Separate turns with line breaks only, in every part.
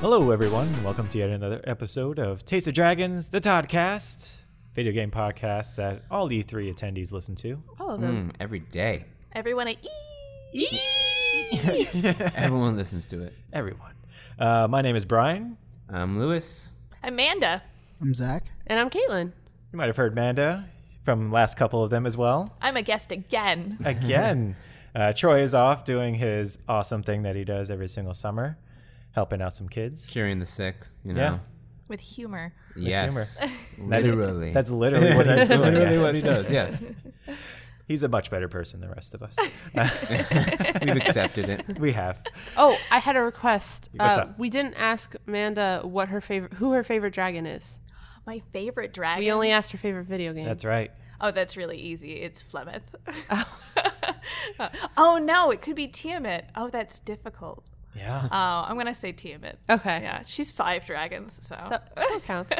Hello, everyone. Welcome to yet another episode of Taste of Dragons, the Toddcast, video game podcast that all E3 attendees listen to.
All of them.
Mm, every day.
Everyone at E.
Everyone listens to it.
Everyone. Uh, my name is Brian.
I'm Lewis.
Amanda.
I'm Zach.
And I'm Caitlin.
You might have heard Manda from last couple of them as well.
I'm a guest again.
Again, uh, Troy is off doing his awesome thing that he does every single summer, helping out some kids.
Curing the sick, you
Yeah.
know.
With humor.
Yes.
That is-
Literally.
That's literally what he's doing.
literally
yeah.
what he does. Yes.
He's a much better person than the rest of us.
We've accepted it.
we have.
Oh, I had a request.
What's
uh,
up?
We didn't ask Amanda what her favorite, who her favorite dragon is.
My favorite dragon.
We only asked her favorite video game.
That's right.
oh, that's really easy. It's Flemeth. oh, no. It could be Tiamat. Oh, that's difficult.
Yeah.
Uh,
Oh, I'm going to say Tiamat.
Okay.
Yeah. She's five dragons, so.
So, so counts.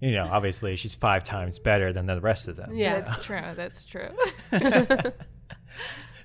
you know, obviously she's five times better than the rest of them.
Yeah.
that's true. That's true.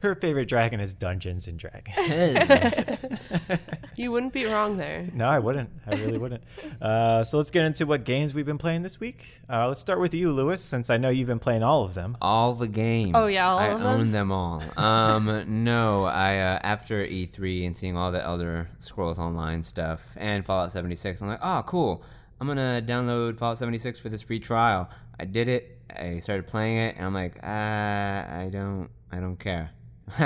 Her favorite dragon is Dungeons and Dragons.
you wouldn't be wrong there.
no, I wouldn't. I really wouldn't. Uh, so let's get into what games we've been playing this week. Uh, let's start with you, Lewis, since I know you've been playing all of them.
all the games.
Oh, yeah, all
I
of them?
own them all. Um, no, I uh, after E3 and seeing all the Elder Scrolls Online stuff and Fallout 76, I'm like, oh, cool. I'm gonna download Fallout 76 for this free trial. I did it. I started playing it, and I'm like, uh, I don't, I don't care.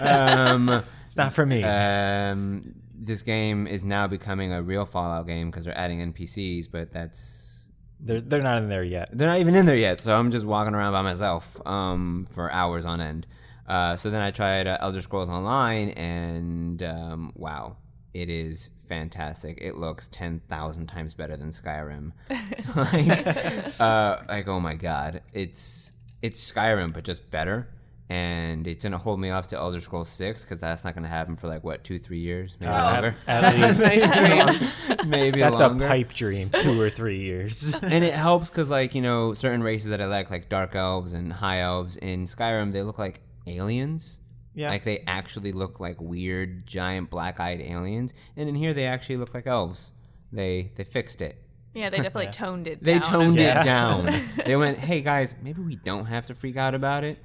um,
It's not for me.
um, this game is now becoming a real Fallout game because they're adding NPCs, but that's
they're, they're not in there yet.
they're not even in there yet, so I'm just walking around by myself um, for hours on end. Uh, so then I tried uh, Elder Scrolls Online, and um, wow, it is fantastic. It looks 10,000 times better than Skyrim. like, uh, like, oh my god, it's it's Skyrim, but just better. And it's gonna hold me off to Elder Scrolls Six because that's not gonna happen for like what two, three years, maybe longer.
Uh, At
That's
least-
a nice dream.
maybe
that's
longer.
a pipe dream, two or three years.
and it helps because like you know certain races that i like like dark elves and high elves in skyrim they look like aliens
Yeah.
like they actually look like weird giant black-eyed aliens and in here they actually look like elves they they fixed it
yeah, they definitely toned it
they
down.
toned
Yeah.
it down they went hey guys maybe we don't have to freak out about it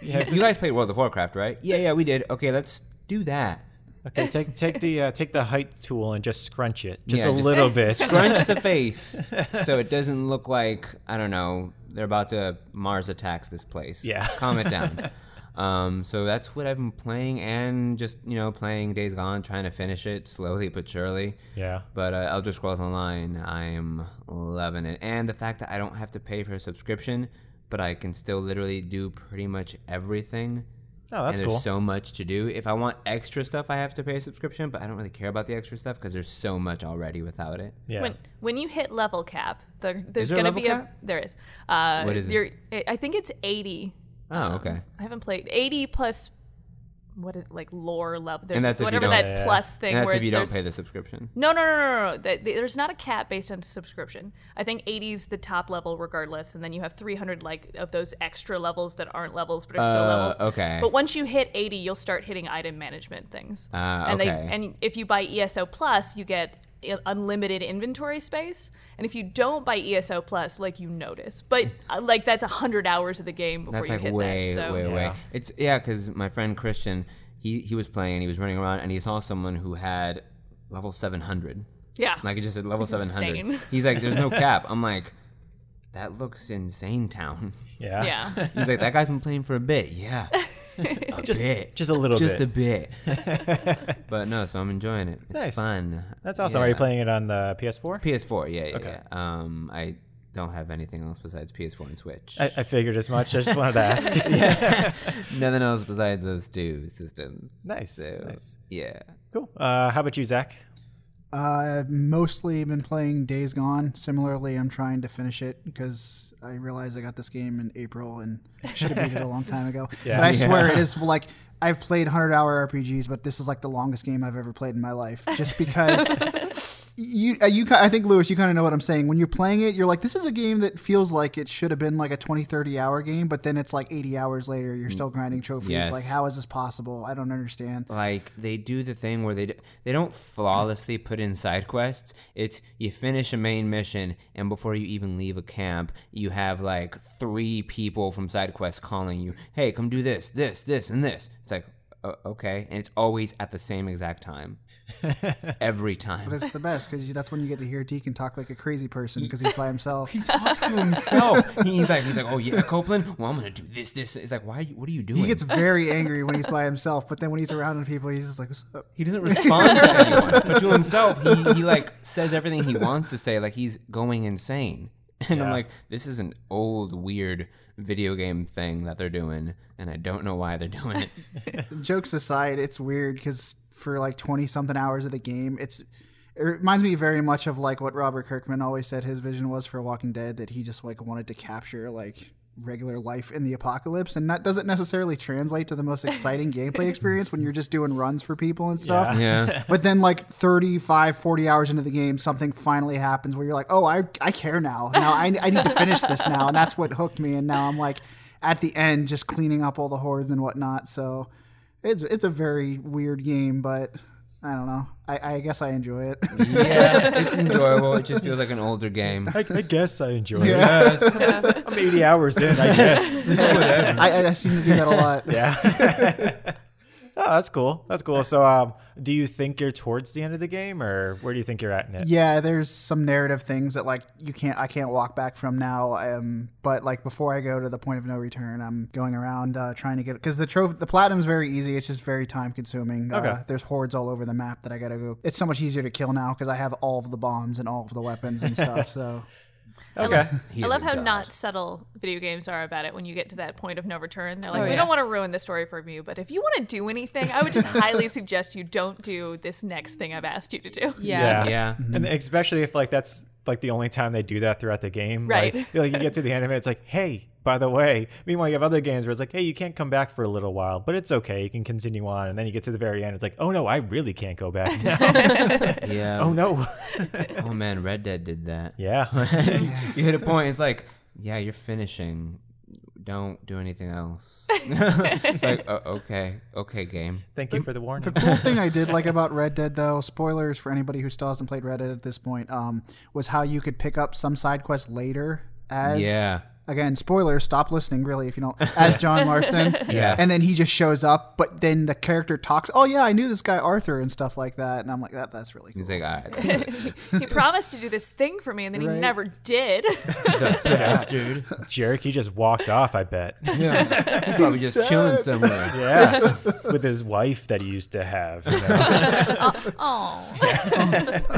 Yeah.
you guys played world of warcraft right yeah yeah we did okay let's do that
Okay, take take the uh, take the height tool and just scrunch it just
Yeah,
a
just-
little bit.
scrunch the face so it doesn't look like I don't know they're about to Mars attacks this place.
Yeah.
calm it down. Um, so that's what I've been playing, and just you know playing Days Gone, trying to finish it slowly but surely.
Yeah.
But uh, Elder Scrolls Online, I'm loving it, and the fact that I don't have to pay for a subscription, but I can still literally do pretty much everything.
Oh, that's
and there's
cool.
so much to do. If I want extra stuff, I have to pay a subscription, but I don't really care about the extra stuff because there's so much already without it.
yeah.
When when you hit level cap, there, there's
there a
gonna
level
be
cap?
a there is. Uh,
What is it?
you're- I- I think it's eighty.
Um,
Oh, okay.
I haven't played eighty plus. What is like lore level? There's
And that's if you
whatever
don't-
that
Yeah.
plus thing.
And that's
where
if you don't
there's-
pay the subscription.
No, no, no, no, no, no. Th- th- There's not a cap based on subscription. I think 80 is the top level, regardless, and then you have 300 like of those extra levels that aren't levels but are still
Uh,
levels.
okay.
But once you hit 80, you'll start hitting item management things.
Ah,
and
okay.
and if you buy ESO Plus, you get i- unlimited inventory space. And if you don't buy ESO Plus, like you notice, but uh, like that's 100 hours of the game before
That's
you
like
hit
way,
that. So
way, way.
Yeah.
It's yeah, because my friend Christian, he he was playing and he was running around and he saw someone who had level seven hundred.
yeah,
Like it just said level seven
insane.
hundred. He's like, "There's no cap." I'm like, "That looks insane, town."
yeah.
yeah.
He's like, "That guy's been playing for a bit, yeah, a
Just
bit,
just a little
just
bit.
a bit." but no, so I'm enjoying it. It's
Nice.
fun.
that's awesome. Are you
Yeah.
playing it on the PS4?
PS4? Yeah, yeah.
Okay.
yeah. Um, I don't have anything else besides PS4 and Switch.
I, I figured as much. I just wanted to ask.
Nothing else besides those two systems.
Nice,
So,
nice.
Yeah.
Cool. Uh, how about you, Zach?
Uh, I've mostly been playing Days Gone. Similarly, I'm trying to finish it because I realized I got this game in April and should have beat it a long time ago.
Yeah.
But I swear it is like I've played 100 hour RPGs, but this is like the longest game I've ever played in my life just because you, uh, you, ki- I think Lewis, you kind of know what I'm saying. When you're playing it, you're like, this is a game that feels like it should have been like a 20, 30 hour game, but then it's like 80 hours later,
Mm.
you're still grinding trophies.
Yes.
Like, how is this possible? I don't understand.
like they do the thing where they d- they don't flawlessly put in side quests. It's you finish a main mission and before you even leave a camp, you have like three people from side quests calling you, "Hey, come do this, this, this, and this." It's like, o- "Okay," and it's always at the same exact time, every time.
But it's the best because that's when you get to hear Deacon talk like a crazy person because he's by himself.
Talks to himself. He's like, he's like, "Oh yeah, Copeland. Well, I'm gonna do this, this." It's like, "Why? Are you, what are you doing?"
He gets very angry when he's by himself, but then when he's around other people, he's just like, "What's up?"
He doesn't respond to anyone, but to himself, he, he like says everything he wants to say. Like he's going insane, and I'm
Yeah.
like, this is an old weird video game thing that they're doing, and I don't know why they're doing it.
Jokes aside, it's weird because for like twenty something hours of the game, it's it reminds me very much of like what Robert Kirkman always said his vision was for Walking Dead that he just like wanted to capture like regular life in the apocalypse and that doesn't necessarily translate to the most exciting gameplay experience when you're just doing runs for people and stuff
Yeah,
But then, like 35, 40 hours into the game, something finally happens where you're like, oh, I, I care now. Now I, I need to finish this now. And that's what hooked me. And now I'm like at the end, just cleaning up all the hordes and whatnot. So it's, it's a very weird game, but I don't know. I, I guess I enjoy it.
yeah, it's enjoyable. It just feels like an older game.
I, I guess I enjoy it. I'm 80 hours in, I guess.
I, I seem to do that a lot.
Oh, that's cool. That's cool. So, um, do you think you're towards the end of the game, or where do you think you're at in it?
Yeah, there's some narrative things that like you can't I can't walk back from now. Um, but like before I go to the point of no return, I'm going around uh, trying to get because the trophy the platinum is very easy. It's just very time consuming. Uh,
Okay.
there's hordes all over the map that I gotta go. It's so much easier to kill now because I have all of the bombs and all of the weapons and stuff. So
Okay.
He
I
is
love
a
how
god.
not subtle video games are about it when you get to that point of no return. They're like,
Oh,
we
yeah.
don't want to ruin the story for you, but if you want to do anything, I would just highly suggest you don't do this next thing I've asked you to do.
Yeah.
Yeah.
And especially if like that's like the only time they do that throughout the game. Like-
Right.
Like, you get to the end of it, it's like, hey, by the way. Meanwhile, you have other games where it's like, hey, you can't come back for a little while, but it's okay. You can continue on. And then you get to the very end, it's like, oh no, I really can't go back now.
Yeah.
oh no.
Oh man, Red Dead did that.
yeah.
you hit a point. It's like, yeah, you're finishing. Don't do anything else. it's like, oh, okay, okay, game.
Thank you for the warning.
The cool thing I did like about Red Dead, though, spoilers for anybody who still hasn't played Red Dead at this point, um, was how you could pick up some side quests later as
Yeah.
Again, spoilers. Stop listening, really, if you don't. As John Marston,
Yes.
and then he just shows up, but then the character talks. Oh yeah, I knew this guy Arthur and stuff like that, and I'm like, that that's really cool.
He's like, all right,
he promised to do this thing for me, and then
Right.
he never did.
bastard. Jerk, he just walked off, I bet.
Yeah. He's probably just chilling somewhere.
Yeah. With his wife that he used to have. you know.
Oh,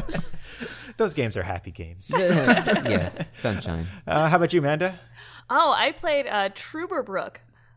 Those games are happy games.
yes, sunshine.
Uh, how about you, Amanda?
oh, I played uh, Truberbrook,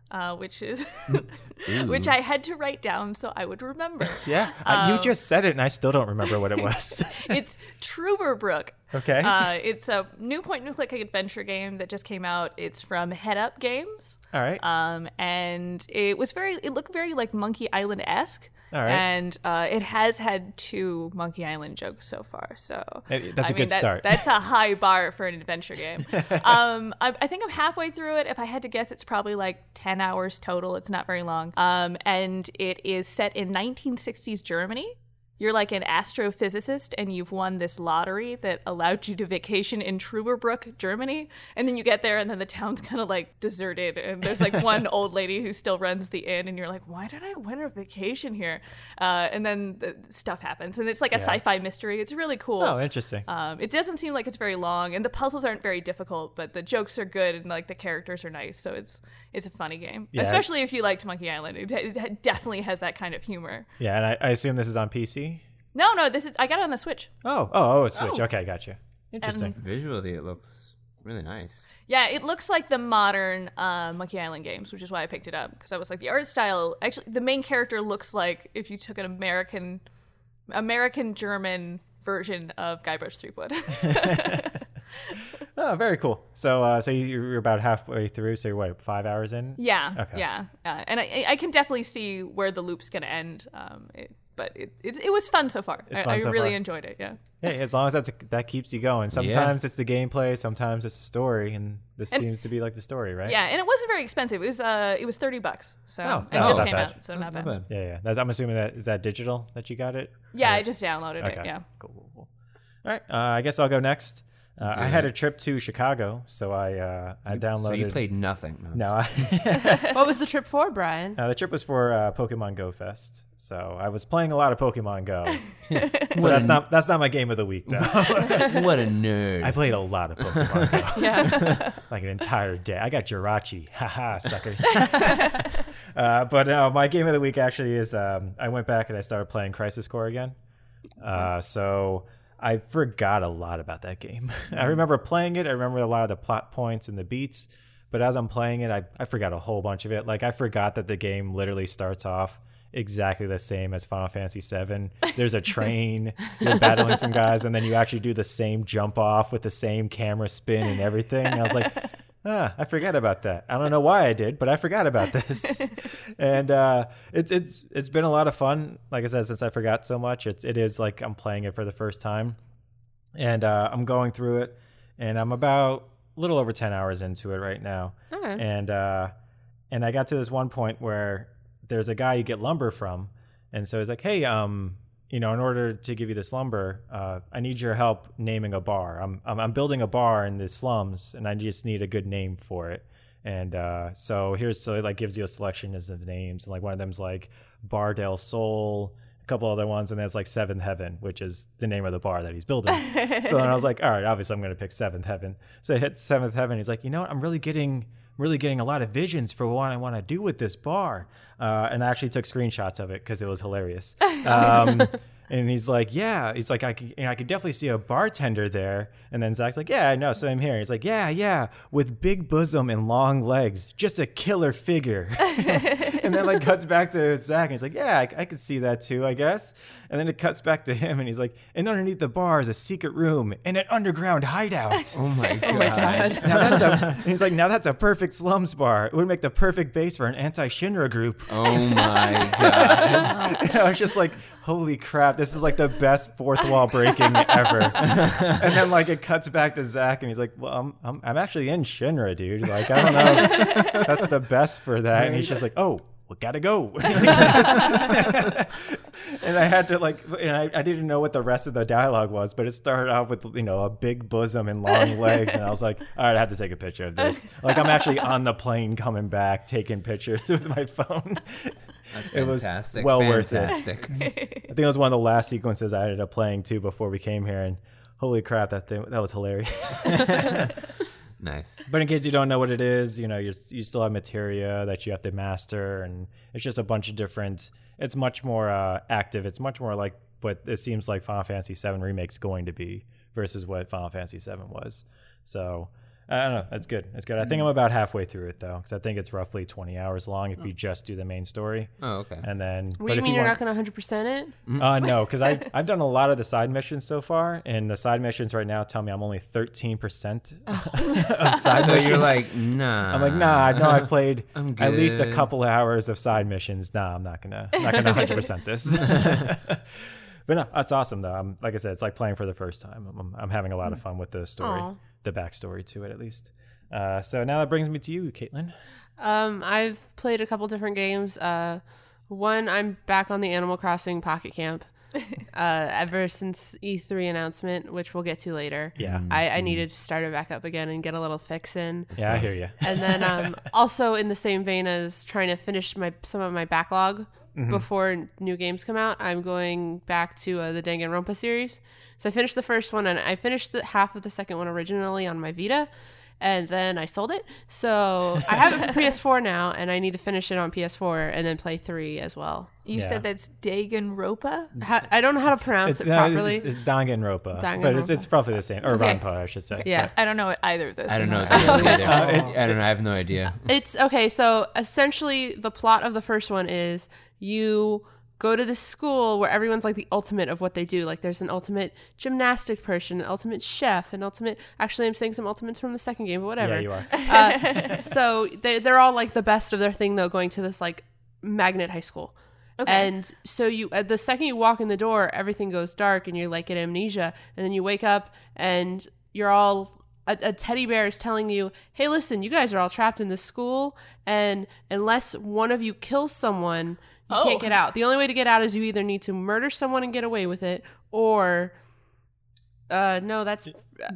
uh, which is which I had to write down so I would remember.
Yeah. Uh, you
um,
just said it, and I still don't remember what it was.
it's Truberbrook.
okay.
Uh, it's a new point and click adventure game that just came out. It's from Head Up Games.
All right.
um, and it was very it looked very like monkey island esque
All right.
and uh, it has had two monkey island jokes so far so
Hey, that's
a
a good start.
that's a high bar for an adventure game um, I, I think i'm halfway through it if i had to guess it's probably like 10 hours total it's not very long um, and it is set in 1960s germany you're like an astrophysicist and you've won this lottery that allowed you to vacation in Truberbrook, Germany. And then you get there and then the town's kind of like deserted. And there's like one old lady who still runs the inn. And you're like, why did I win a vacation here? Uh, and then the stuff happens. And it's like a sci fi mystery. It's really cool.
oh, interesting.
Um, it doesn't seem like it's very long, and the puzzles aren't very difficult, but the jokes are good and like the characters are nice, so it's it's a funny game.
Yeah.
Especially if you liked Monkey Island, it, it definitely has that kind of humor.
yeah, and I, I assume this is on PC.
No, no, this is I got it on the Switch.
Oh, oh, oh, it's Switch. Okay, gotcha. Interesting.
Um,
Visually, it looks really nice.
Yeah, it looks like the modern uh, Monkey Island games, which is why I picked it up because I was like, the art style. Actually, the main character looks like if you took an American, American German version of Guybrush Threepwood.
oh, very cool. So, uh, so you- you're about halfway through. So you're what, five hours in?
yeah,
Okay.
yeah, uh, and I, I can definitely see where the loop's gonna end. Um, it, but it, it, it was fun so far. I,
fun
I
so
really
far.
enjoyed it. Yeah.
Hey, as long as that's that keeps you going. Sometimes it's the gameplay, sometimes it's the story, and this
And-
seems to be like the story, right?
Yeah, and it wasn't very expensive. It was uh, it was thirty bucks. So
Oh,
it
that's
just
not
came
bad.
out, so not bad.
Yeah, yeah. That's, I'm assuming that is that digital that you got it.
Yeah, I just downloaded
Okay.
it. Yeah.
Cool, cool, cool. All right. Uh, I guess I'll go next. Uh, I had a trip to Chicago, so I uh, I downloaded.
So you played nothing. I'm
No,
just-
I,
What was the trip for, Brian?
uh, the trip was for uh, Pokemon Go Fest. So I was playing a lot of Pokemon Go. but that's not that's not my game of the week though.
what a nerd.
I played a lot of Pokemon Go.
Yeah.
like an entire day. I got Jirachi. Haha, suckers. uh, but no, my game of the week actually is um, I went back and I started playing Crisis Core again. Uh, so I forgot a lot about that game. I remember playing it, I remember a lot of the plot points and the beats. But as I'm playing it, I, I forgot a whole bunch of it. Like, I forgot that the game literally starts off exactly the same as Final Fantasy VII. There's a train, you're battling some guys, and then you actually do the same jump off with the same camera spin and everything. And I was like, ah, I forgot about that. I don't know why I did, but I forgot about this. and uh, it's it's it's been a lot of fun. Like I said, since I forgot so much, it's it is like I'm playing it for the first time, and uh, I'm going through it, and I'm about a little over ten hours into it right now
Okay.
and uh, and I got to this one point where there's a guy you get lumber from, and so he's like, "Hey, um, you know, in order to give you this lumber, uh, I need your help naming a bar. I'm, I'm I'm building a bar in the slums, and I just need a good name for it." And uh, so here's so it like gives you a selection as of names, and like one of them's like Bar del Sol, a couple other ones, and there's like Seventh Heaven, which is the name of the bar that he's building. so then I was like, all right, obviously I'm going to pick Seventh Heaven. So I hit Seventh Heaven. He's like, you know what? I'm really getting really getting a lot of visions for what I want to do with this bar. Uh, and I actually took screenshots of it because it was hilarious. Um, and he's like, yeah. He's like, I could, you know, I could definitely see a bartender there. And then Zach's like, yeah, I know. So I'm here. He's like, yeah, yeah, with big bosom and long legs, just a killer figure. and then like cuts back to Zach and he's like, yeah, I, I could see that too, I guess. And then it cuts back to him and he's like, and underneath the bar is a secret room and an underground hideout.
oh my god.
God.
now that's a, he's like, now that's a perfect slums bar. It would make the perfect base for an anti-Shinra group.
Oh my god.
I was just like, holy crap, this is like the best fourth wall breaking ever. and then like it cuts back to Zach and he's like, well, I'm, I'm, I'm actually in Shinra, dude. Like, I don't know. That's the best for that. And he's just like, oh, we gotta go. and I had to like, and I, I didn't know what the rest of the dialogue was, but it started off with, you know, a big bosom and long legs. And I was like, all right, I have to take a picture of this. Like, I'm actually on the plane coming back, taking pictures with my phone. It was
Fantastic.
well worth it.
fantastic. worth it.
I think it was one of the last sequences I ended up playing too before we came here, and holy crap, that thing that was hilarious.
nice.
but in case you don't know what it is, you know, you you still have materia that you have to master, and it's just a bunch of different. It's much more uh, active. It's much more like what it seems like Final Fantasy VII remake's going to be versus what Final Fantasy VII was. So. I don't know. That's good. That's good. I think I'm
Mm-hmm.
about halfway through it though, because I think it's roughly 20 hours long if you just do the main story,
Oh, okay.
and then.
What
but
do you
if
mean
you
you are
want-
not going to 100% it?
uh, no, because I've, I've done a lot of the side missions so far, and the side missions right now tell me I'm only 13% of side
so
missions.
you're like, nah.
I'm like, nah,
Uh-huh.
I know I've played
I'm
at least a
good.
couple hours of side missions. Nah, I'm not gonna not gonna 100 percent this. but no, that's awesome though. I'm, like I said, it's like playing for the first time. I'm, I'm, I'm having a lot of fun with the story,
Mm. Aw.
the backstory to it at least. Uh, so now that brings me to you, Caitlin.
Um, I've played a couple different games. Uh, one, I'm back on the Animal Crossing Pocket Camp. uh, ever since E3 announcement, which we'll get to later.
Yeah.
I, I needed to start it back up again and get a little fix in.
Yeah, I hear you.
And then um, also in the same vein as trying to finish my some of my backlog
Mm-hmm.
before new games come out, I'm going back to uh, the Danganronpa series. So I finished the first one, and I finished the half of the second one originally on my Vita, and then I sold it. So I have it for PS4 now, and I need to finish it on PS4 and then play three as well.
You
Yeah.
said that's Danganronpa.
Ha- I don't know how to pronounce
It's,
it
no,
properly.
it's, it's Danganronpa, but it's,
Danganronpa.
it's roughly the same. Or
Okay.
Ranpa, I should say.
yeah.
I don't know what either of those.
I don't know.
things
It's really
Uh,
either. I don't know. I have no idea.
It's okay. So essentially, the plot of the first one is you go to this school where everyone's like the ultimate of what they do. Like, there's an ultimate gymnastic person, an ultimate chef, an ultimate. Actually, I'm saying some ultimates from the second game, but whatever.
yeah, you are.
Uh, so they, they're all like the best of their thing, though, going to this like magnet high school.
Okay.
And so you, uh, the second you walk in the door, everything goes dark, and you're like in amnesia. And then you wake up, and you're all a, a teddy bear is telling you, "Hey, listen, you guys are all trapped in this school, and unless one of you kills someone, you
Oh.
can't get out. The only way to get out is you either need to murder someone and get away with it, or." Uh, no, that's uh,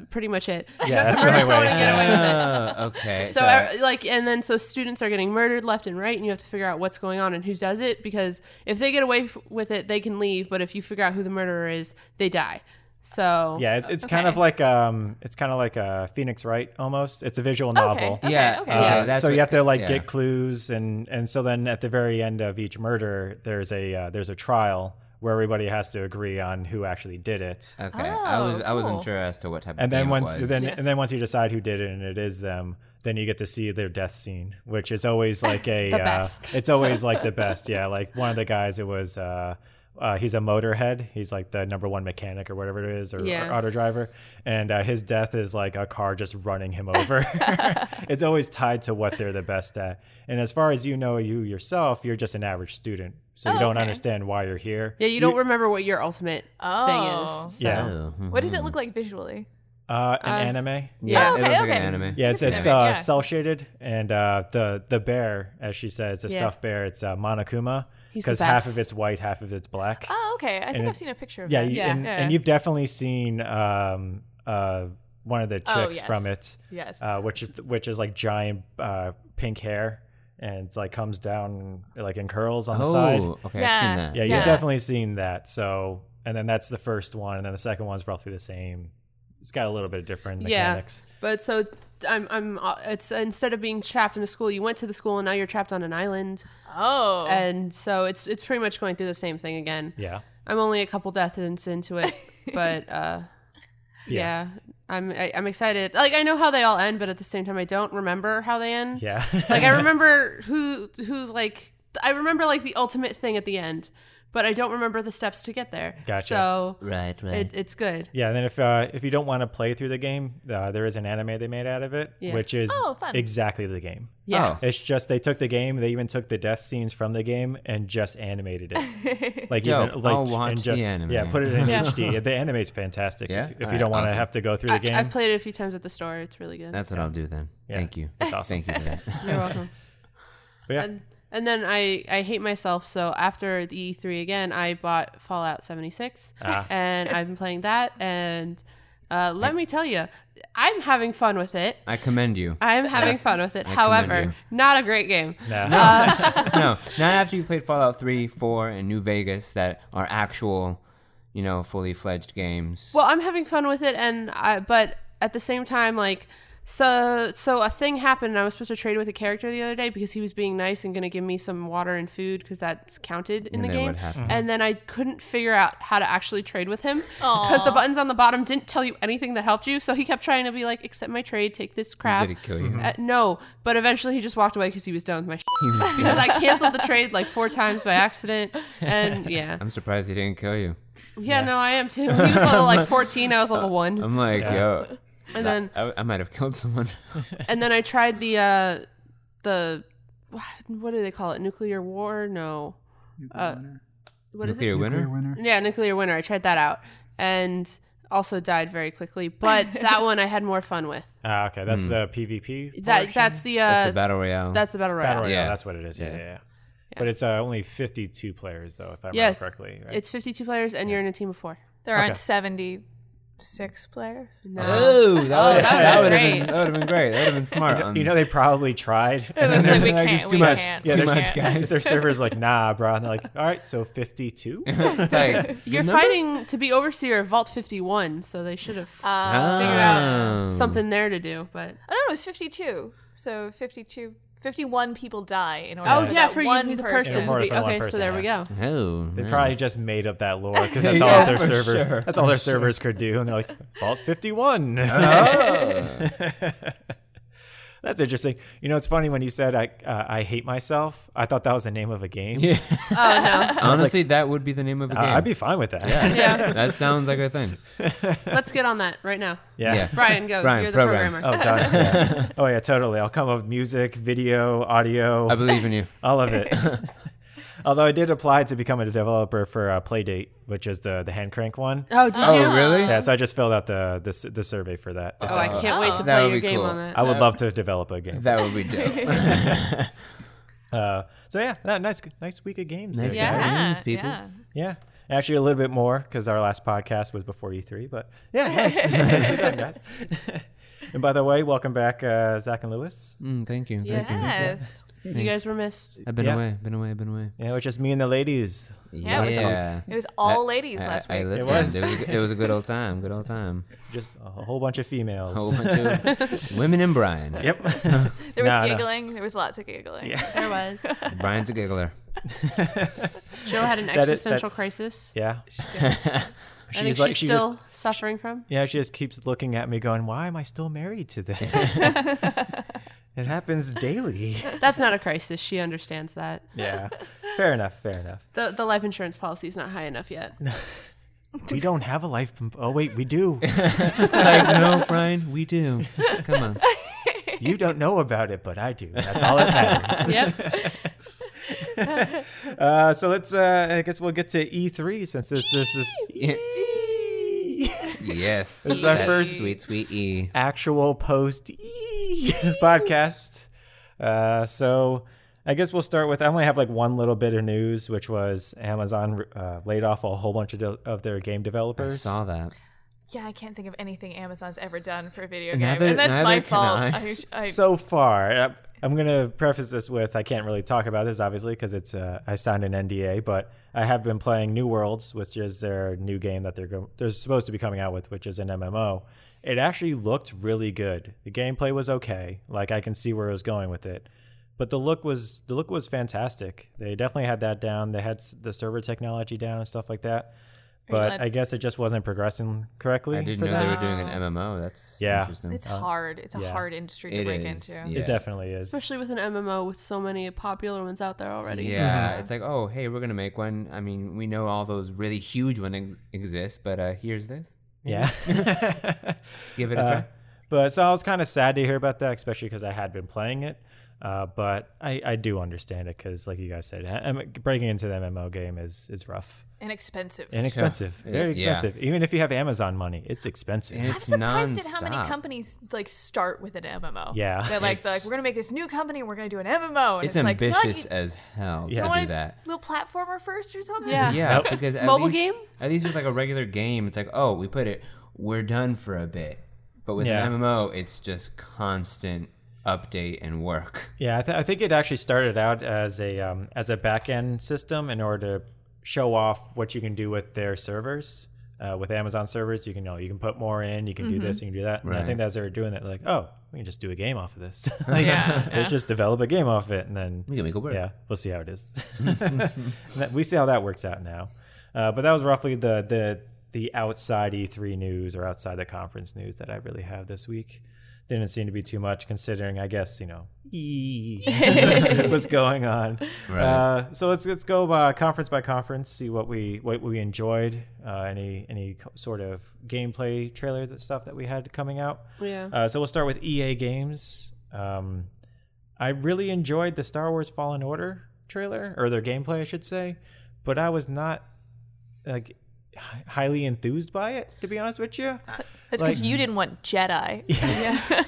pretty much it. You
Yeah,
have
that's
to
the
murder
only way.
someone and get away with it
Ah, okay.
so
Sorry.
uh, like and then so students are getting murdered left and right and you have to figure out what's going on and who does it because if they get away f- with it they can leave but if you figure out who the murderer is they die so
Yeah, it's, it's kind of
Okay.
like um, it's kind of like a Phoenix Wright almost. It's a visual novel.
Okay,
yeah,
okay.
uh,
Yeah.
Uh,
that's
so you
what-
have to like
yeah.
get clues, and and so then at the very end of each murder, there's a uh, there's a trial where everybody has to agree on who actually did it.
Okay, I was I
Oh, cool.
wasn't sure as to what type. of
and then
game it
once
was.
then and then once you decide who did it and it is them then you get to see their death scene which is always like a
The
uh,
best.
it's always like the best yeah like one of the guys it was uh uh, he's a motorhead. He's like the number one mechanic or whatever it is, or, or
Yeah.
auto driver. And uh, his death is like a car just running him over. it's always tied to what they're the best at. And as far as you know, you yourself, you're just an average student, so you
Oh,
don't
okay.
understand why you're here.
yeah you don't remember what your ultimate
Oh.
thing is so.
Yeah.
Oh,
What does it
mm-hmm.
look like visually?
Uh, an
Uh,
anime.
Yeah, it
Oh, okay,
looks like
okay.
an anime.
Yeah, it's,
It's
it's uh,
different, yeah.
cell shaded, and uh, the the bear, as she says, the
Yeah.
stuffed bear. It's uh, Monokuma
He's the
because half of
best.
it's white, half of it's black.
Oh, okay. I think I've
it's-
seen a picture of
yeah,
that.
you,
Yeah.
And,
Yeah.
and you've definitely seen um, uh, one of the chicks
Oh,
from it,
yes. Yes.
uh, which is which is like giant uh, pink hair, and it's like comes down like in curls on the
Oh,
side.
okay. I've
Yeah.
seen that.
Yeah, you've
yeah.
definitely seen that. So, and then that's the first one, and then the second one's roughly the same. It's got a little bit of different
Yeah.
mechanics.
but so i'm i'm uh, it's instead of being trapped in a school you went to the school and now you're trapped on an island
oh.
and so it's it's pretty much going through the same thing again
Yeah.
i'm only a couple deaths into it but uh yeah, I'm I, I'm excited. Like I know how they all end, but at the same time, I don't remember how they end.
Yeah.
Like I remember who who's like I remember like the ultimate thing at the end, but I don't remember the steps to get there.
Gotcha.
So
Right, right.
it, it's good.
Yeah, and then if uh, if you don't want to play through the game, uh, there is an anime they made out of it,
Yeah.
which is
Oh, fun.
exactly the game.
Yeah.
It's just they took the game, they even took the death scenes from the game and just animated it, like
Yo,
even like
I'll watch
and
the
just
anime.
yeah, put it in
Yeah.
HD. The anime's fantastic.
Yeah?
If, if you
Alright,
don't want
awesome.
to have to go through the
I,
Oh, game,
I've played it a few times at the store. It's really good.
That's what I'll do then.
Yeah.
Thank you.
It's awesome.
Thank you for that.
You're welcome.
But yeah.
And and then I I hate myself. So after the E3 again, I bought Fallout 76,
Ah.
and I've been playing that. And uh, let me tell you, I'm having fun with it.
I commend you.
I'm having fun with it.
I commend you.
However, not a great game.
Nah.
uh,
no, not after you played Fallout 3, 4, and New Vegas that are actual, you know, fully fledged games.
Well, I'm having fun with it, and I but at the same time, like so so a thing happened. And I was supposed to trade with a character the other day because he was being nice and going to give me some water and food because that's counted in
And
the
then what
game.
happened?
And then I couldn't figure out how to actually trade with him because the buttons on the bottom didn't tell you anything that helped you. So he kept trying to be like, "Accept my trade, take this crap."
Did it kill you?
Mm-hmm.
Uh, no, but eventually he just walked away because he was done with my shit.
He was dead.
Because I canceled the trade like four times by accident, and yeah,
I'm surprised he didn't kill you.
yeah, no, I am too. He was level like 14, I was level one.
I'm like,
Yeah.
yo,
And then
I, I might have killed someone.
and then I tried the uh the what do they call it? Nuclear war? No. Uh, what is
Nuclear
it?
winner?
Nuclear winner.
Yeah, nuclear winter. I tried that out and also died very quickly. But that one I had more fun with.
Ah, okay,
Hmm.
that's the PvP.
That
portion?
that's the uh
That's the battle royale.
battle royale.
Battle Royale,
Yeah.
That's what it is. Yeah, yeah.
Yeah.
yeah. But it's uh, only 52 players though, if I remember
Yeah.
correctly. Right?
It's 52 players and you're in a team of 4.
there
okay.
aren't 76 players.
No.
Oh,
Oh,
that
that
that
would've been
would've been,
great.
that would have been great. That would have been smart. on-
you know they probably tried.
It was like, we
Like,
can't.
it's
we
Um, too much.
can't.
Yeah,
we
their,
much,
s-
can't.
guys.
their server's like, nah, bro. And they're like, all right, so 52?
it's like,
You're
remember?
fighting to be overseer of Vault 51, so they should have
Uh,
figured out
Oh,
something there to do, but
I don't know. It was 52. So 52, 51 people die in order.
Oh
for
yeah,
that
for you to
one
be the person.
In order
to be-
for the one
okay, so
person,
there we go.
Oh,
They
nice.
probably just made up that lore because that's
Yeah,
all their
for
server.
sure,
That's all their servers could do, and they're like Vault Fifty One.
Oh.
that's interesting. You know, it's funny when you said I uh, I hate myself. I thought that was the name of a game.
Yeah.
Oh no.
Honestly, that would be the name of a game.
I- Uh, I'd be fine with that.
yeah.
Yeah.
that sounds like a thing.
Let's get on that right now.
Yeah.
Yeah.
Brian, go.
Brian,
You're the
program.
programmer.
Oh, done. Yeah. Oh yeah, totally. I'll come up with music, video, audio.
I believe in you.
All of it. Although I did apply to become a developer for uh, Playdate, which is the the hand crank one.
Oh, did you?
Oh, really?
Yeah, so I just filled out the the, s- the survey for uh, that.
Oh, I can't wait to
That
play
would
your
be
game
cool.
on that.
I would love to develop a game.
That would be dope.
Uh, so yeah, that, nice nice week of games. there,
Nice
guys.
Yeah.
games, people.
yeah.
Yeah. Actually, a little bit more because our last podcast was before E3. But yeah, nice. Nicely done, guys. and by the way, welcome back, uh, Zach and Lewis.
Mm, thank you. Thank you.
Yes.
You guys were missed.
I've been
Yeah.
away. Been away. Been away.
Yeah, it was just me and the ladies.
Yeah, it was It was all ladies
I-
last
I,
week.
listened.
was.
It, was. a- it was a good old time. Good old time.
Just a whole bunch of females.
Whole bunch of women and Brian.
yep.
There was
Nah, nah.
giggling. There was lots of giggling.
Yeah.
There was.
Brian's a giggler.
Joe had an
is-
existential
that-
crisis.
Yeah.
I think she's
she
still
just
suffering from.
yeah, she just keeps looking at me, going, "Why am I still married to this?" it happens daily.
That's not a crisis. She understands that.
Yeah. Fair enough. Fair enough.
The, the life insurance policy is not high enough yet.
We don't have a life. Oh wait, we do.
like, no, Brian, we do. Come on.
You don't know about it, but I do. That's all that matters.
yep.
Uh, so let's. Uh, I guess we'll get to E3 since this this is E
Yeah. Yes.
This is our
That
first-
sweet, sweet E.
actual post E podcast. Uh, so I guess we'll start with. I only have like one little bit of news, which was Amazon uh, laid off a whole bunch of, de- of their game
I
developers.
saw that.
Yeah, I can't think of anything Amazon's ever done for a video game,
Neither-
and that's my
neither can
fault.
I.
I, I,
so far. I- I'm going to preface this with I can't really talk about this, obviously, because it's uh, I signed an NDA, but I have been playing New Worlds, which is their new game that they're go- they're supposed to be coming out with, which is an MMO. It actually looked really good. The gameplay was okay. Like I can see where it was going with it, but the look was the look was fantastic. They definitely had that down. They had s- the server technology down and stuff like that. But
glad-
I guess it just wasn't progressing correctly.
I didn't
for
know
them.
they were doing an MMO. That's
Yeah.
interesting.
it's hard. It's a
yeah.
hard industry to
Uh, It
break
is,
into.
yeah.
It definitely is.
Especially with an MMO with so many popular ones out there already.
Yeah, it's like, oh, hey, we're gonna make one. I mean, we know all those really huge ones ex- exist, but uh, here's this.
yeah.
Give it a
Uh,
try.
but so I was kind of sad to hear about that, especially because I had been playing it. Uh, but I, I do understand it because, like you guys said, M- breaking into the MMO game is is rough
And expensive.
and expensive,
Yeah.
very
It's- yeah.
expensive. Even if you have Amazon money, it's expensive.
And
I'm
It's
surprised at how
nonstop.
many companies like start with an MMO.
Yeah.
they're like, they're like
It's-
we're gonna make this new company. We're gonna do an MMO. And
It's
it's,
ambitious
like, no, you-
as hell
Yeah.
you
to
want
do
a
that.
Little platformer first or something.
Yeah.
Yeah, because at
Mobile
least,
game?
At least with like a regular game, it's like, oh, we put it, we're done for a bit. But with
Yeah.
an MMO, it's just constant update and work.
Yeah, I, th- I think it actually started out as a um, as a backend system in order to show off what you can do with their servers. Uh, with Amazon servers, you can you, know, you can put more in, you can do
Mm-hmm.
this, you can do that. And I
Right.
think that's they were doing that. Like, oh, we can just do a game off of this. like,
Yeah,
let's just develop a game off it, and then
We can make it work.
yeah, we'll see how it is. That- we see how that works out now. Uh, but that was roughly the the the outside E3 news or outside the conference news that I really have this week. Didn't seem to be too much considering, I guess you know, E what's going on.
Right.
Uh, so let's let's go by conference by conference, see what we what we enjoyed, uh, any any co- sort of gameplay trailer that stuff that we had coming out.
Yeah.
Uh, so we'll start with EA Games. Um, I really enjoyed the Star Wars Fallen Order trailer or their gameplay, I should say, but I was not like h- highly enthused by it, to be honest with you.
That's
Like-
because you didn't want Jedi.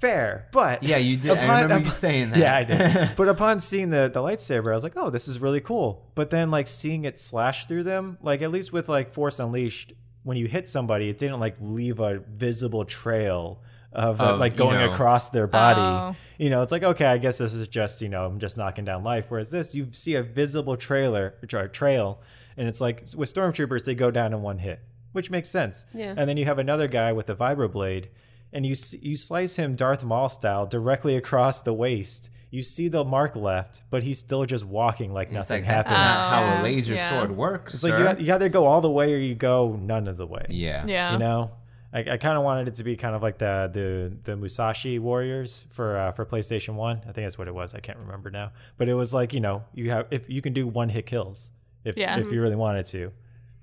Fair, but
Yeah, you did. I
Upon-
remember you
upon-
saying that.
Yeah, I did. but upon seeing the the lightsaber, I was like, "Oh, this is really cool." But then, like seeing it slash through them, like at least with like Force Unleashed, when you hit somebody, it didn't like leave a visible trail of, uh,
Of,
like
you
going
know.
across their body.
Oh.
You know, it's like okay, I guess this is just you know I'm just knocking down life. Whereas this, you see a visible trailer or trail, and it's like with stormtroopers, they go down in one hit, which makes sense.
Yeah.
And then you have another guy with a vibroblade, and you s- you slice him Darth Maul style directly across the waist. You see the mark left, but he's still just walking like
It's
nothing
like that's
happened.
not how a
Oh,
laser
yeah.
sword works.
it's like you,
sir.
got- you either go all the way or you go none of the way.
yeah.
yeah.
You know, I, I kind of wanted it to be kind of like the the the Musashi Warriors for uh, for PlayStation One. I think that's what it was. I can't remember now, but it was like you know you have if you can do one hit kills if
Yeah. Mm-hmm.
if you really wanted to.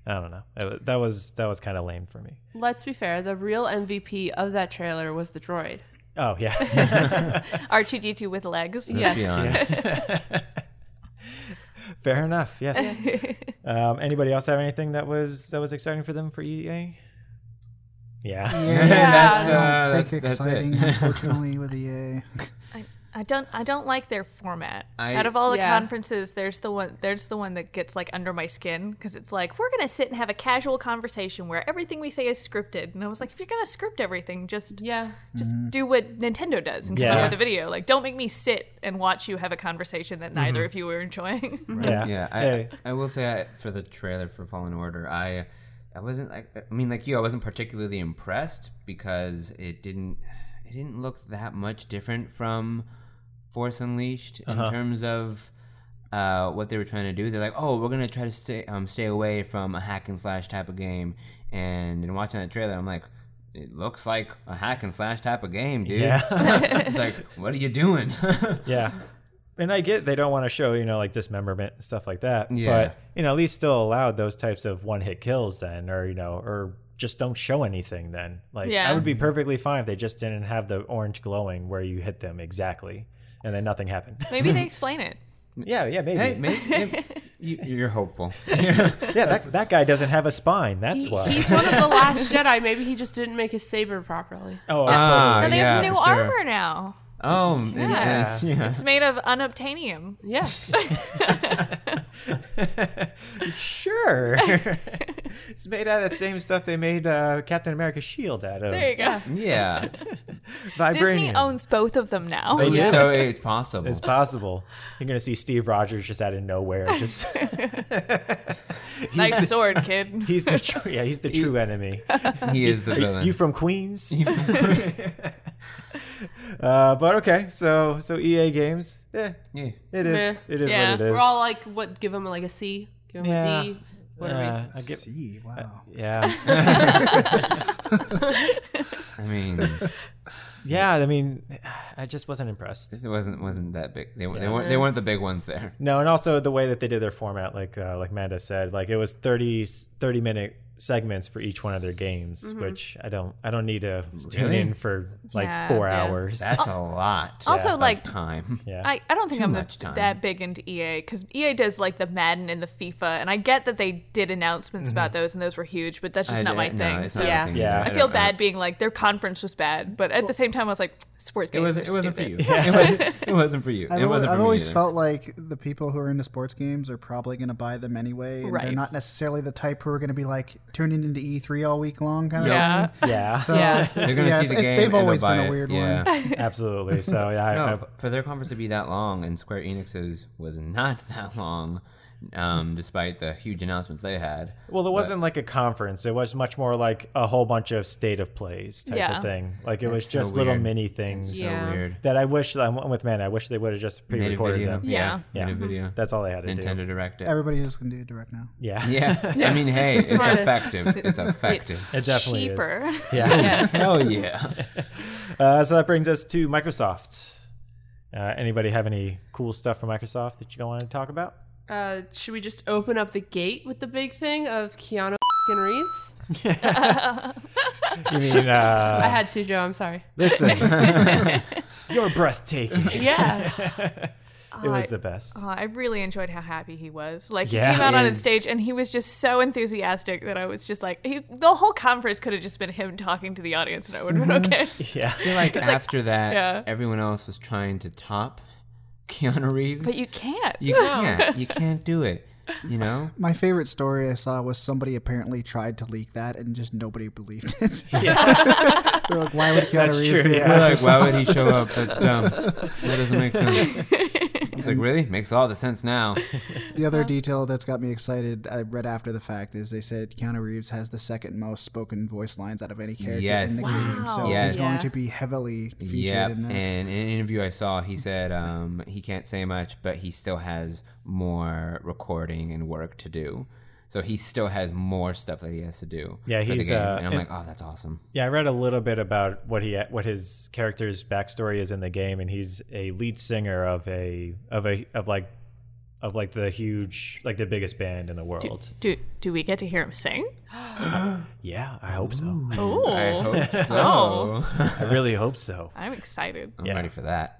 I don't know. It- That was that was kind of lame for me.
Let's be fair. The real MVP of that trailer was the droid.
Oh yeah.
R2D2 with legs.
Yes.
Be honest.
Fair enough. Yes. um, anybody else have anything that was that was exciting for them for EA? Yeah.
That's,
I don't
uh,
think
that's- that's
exciting,
it.
unfortunately, with E EA.
I, I don't I don't like their format.
I-
Out of all the
Yeah.
conferences, there's the one there's the one that gets like under my skin because it's like we're gonna sit and have a casual conversation where everything we say is scripted. And I was like, if you're gonna script everything, just
Yeah.
just
Mm-hmm.
do what Nintendo does and come
Yeah.
out with a video. Like, don't make me sit and watch you have a conversation that
Mm-hmm.
neither of you were enjoying.
Yeah.
yeah I,
Hey.
I will say I, for the trailer for fallen order i i wasn't like i mean like you i wasn't particularly impressed because it didn't it didn't look that much different from force unleashed
Uh-huh.
in terms of uh, what they were trying to do they're like oh we're gonna try to stay um, stay away from a hack and slash type of game and in watching that trailer i'm like it looks like a hack and slash type of game dude
Yeah.
it's like what are you doing
yeah. And I get they don't want to show, you know, like dismemberment and stuff like that.
Yeah.
But, you know, at least still allowed those types of one hit kills then, or, you know, or just don't show anything then. Like,
Yeah.
I would be perfectly fine if they just didn't have the orange glowing where you hit them exactly and then nothing happened.
Maybe
Mm-hmm.
they explain it.
yeah, yeah, maybe.
hey man you, you're hopeful
yeah, that, that guy doesn't have a spine. That's
He-
why.
He's one of the last Jedi. Maybe he just didn't make his saber properly.
oh,
Ah,
totally.
No, they have
yeah,
new
for sure.
armor now.
Oh, and- and-
Yeah.
yeah.
It's made of unobtainium.
Yeah.
Sure. it's made out of that same stuff they made uh, Captain America's shield out of.
There you go.
Yeah.
Vibranium.
Disney owns both of them now.
Oh,
They do.
So it's possible.
It's possible. You're gonna see Steve Rogers just out of nowhere. Just
nice sword, kid.
he's the tr- yeah, he's the true enemy.
he is the villain.
You from Queens? uh, but okay, so so EA games, eh,
yeah.
it is
Meh.
it is
Yeah,
what it is.
We're all like, what? Give him like a C. Give him
Yeah.
a D. What are
yeah,
we?
Uh, I get,
See, wow.
yeah,
I mean,
yeah. I mean, I just wasn't impressed.
this wasn't wasn't that big. They, they weren't they weren't the big ones there.
No, and also the way that they did their format, like uh, like Amanda said, like it was 30, 30 minute segments for each one of their games,
Mm-hmm.
which I don't I don't need to tune
Really?
in for like
Yeah.
four
Yeah.
hours.
That's a lot.
Also,
of
like-
time.
yeah.
I, I don't think
Too
I'm
much time.
that big into E EA because EA does like the Madden and the FIFA, and I get that they did announcements about those and those were huge, but that's just
Mm-hmm. I
not my
didn't-
thing.
No, it's
so
not my
Yeah.
thing.
Yeah.
I
I
feel
don't-
bad being like their conference was bad, but at the same time I was like sports
It
games.
wasn't.
are
It wasn't for
stupid.
you. It wasn't. It wasn't for you.
I've,
it
always,
wasn't for
I've
me
always
either.
felt like the people who are into sports games are probably going to buy them anyway. And They're
Right.
not necessarily the type who are going to be like tuning into E3 all week long kind of
Yeah.
thing.
yeah.
So
Yeah.
it's-
They're
it's-
gonna
yeah,
see
it's-
the
it's-
game
they've
and they'll
always been
buy
a
it.
weird
yeah.
one.
Absolutely. So yeah, I,
No,
I-
but for their conference to be that long, and Square Enix's was not that long, um, despite the huge announcements they had.
well, it wasn't like a conference. It was much more like a whole bunch of state of plays type
Yeah.
of thing. Like it was
That's so
just little
weird.
mini things
so Yeah.
So weird.
that I wish. I'm with man. I wish they would have just
Made a
pre-recorded
video.
them.
Yeah.
Yeah.
Made a video.
That's all they had to do.
Nintendo Direct. it.
Everybody's just going to do it direct now.
Yeah.
Yeah. I mean, hey,
It's
it's
the smartest.
effective. It's effective.
It definitely is.
cheaper.
Yeah.
Yes.
Hell yeah.
Uh, so that brings us to Microsoft. Uh, anybody have any cool stuff from Microsoft that you want to talk about?
Uh, should we just open up the gate with the big thing of Keanu and Reeves?
You mean
I
uh,
had to, Joe. I'm sorry.
listen? you're breathtaking.
Yeah.
It was
I-
the best.
Oh, I really enjoyed how happy he was. Like
Yeah.
he came out on his
Yes.
stage and he was just so enthusiastic that I was just like, he, the whole conference could have just been him talking to the audience and I would have been okay.
Yeah.
like after that,
yeah.
everyone else was trying to top Keanu Reeves.
But you can't.
you can't. You can't do it. You know?
My favorite story I saw was somebody apparently tried to leak that and just nobody believed it. They're like, why would Keanu
That's
Reeves
true,
be
yeah.
at
We're like,
Microsoft?
why would he show up? That's dumb. That doesn't make sense. It's like, really? Makes all the sense now.
The other detail that's got me excited, I read after the fact, is they said Keanu Reeves has the second most spoken voice lines out of any character
Yes.
in the
Wow.
game, so
Yes.
he's going
Yeah.
to be heavily featured
Yep. And
in this.
in an interview I saw, he said um, he can't say much, but he still has more recording and work to do. So he still has more stuff that he has to do.
Yeah,
for the
he's,
game.
uh,
and I'm
in-
like, oh, that's awesome.
Yeah, I read a little bit about what he what his character's backstory is in the game, and he's a lead singer of a of a of like of like the huge like the biggest band in the world.
Do do we get to hear him sing?
yeah, I hope so.
Oh,
I hope so.
Oh.
I really hope so.
I'm excited.
I'm
Yeah.
ready for that.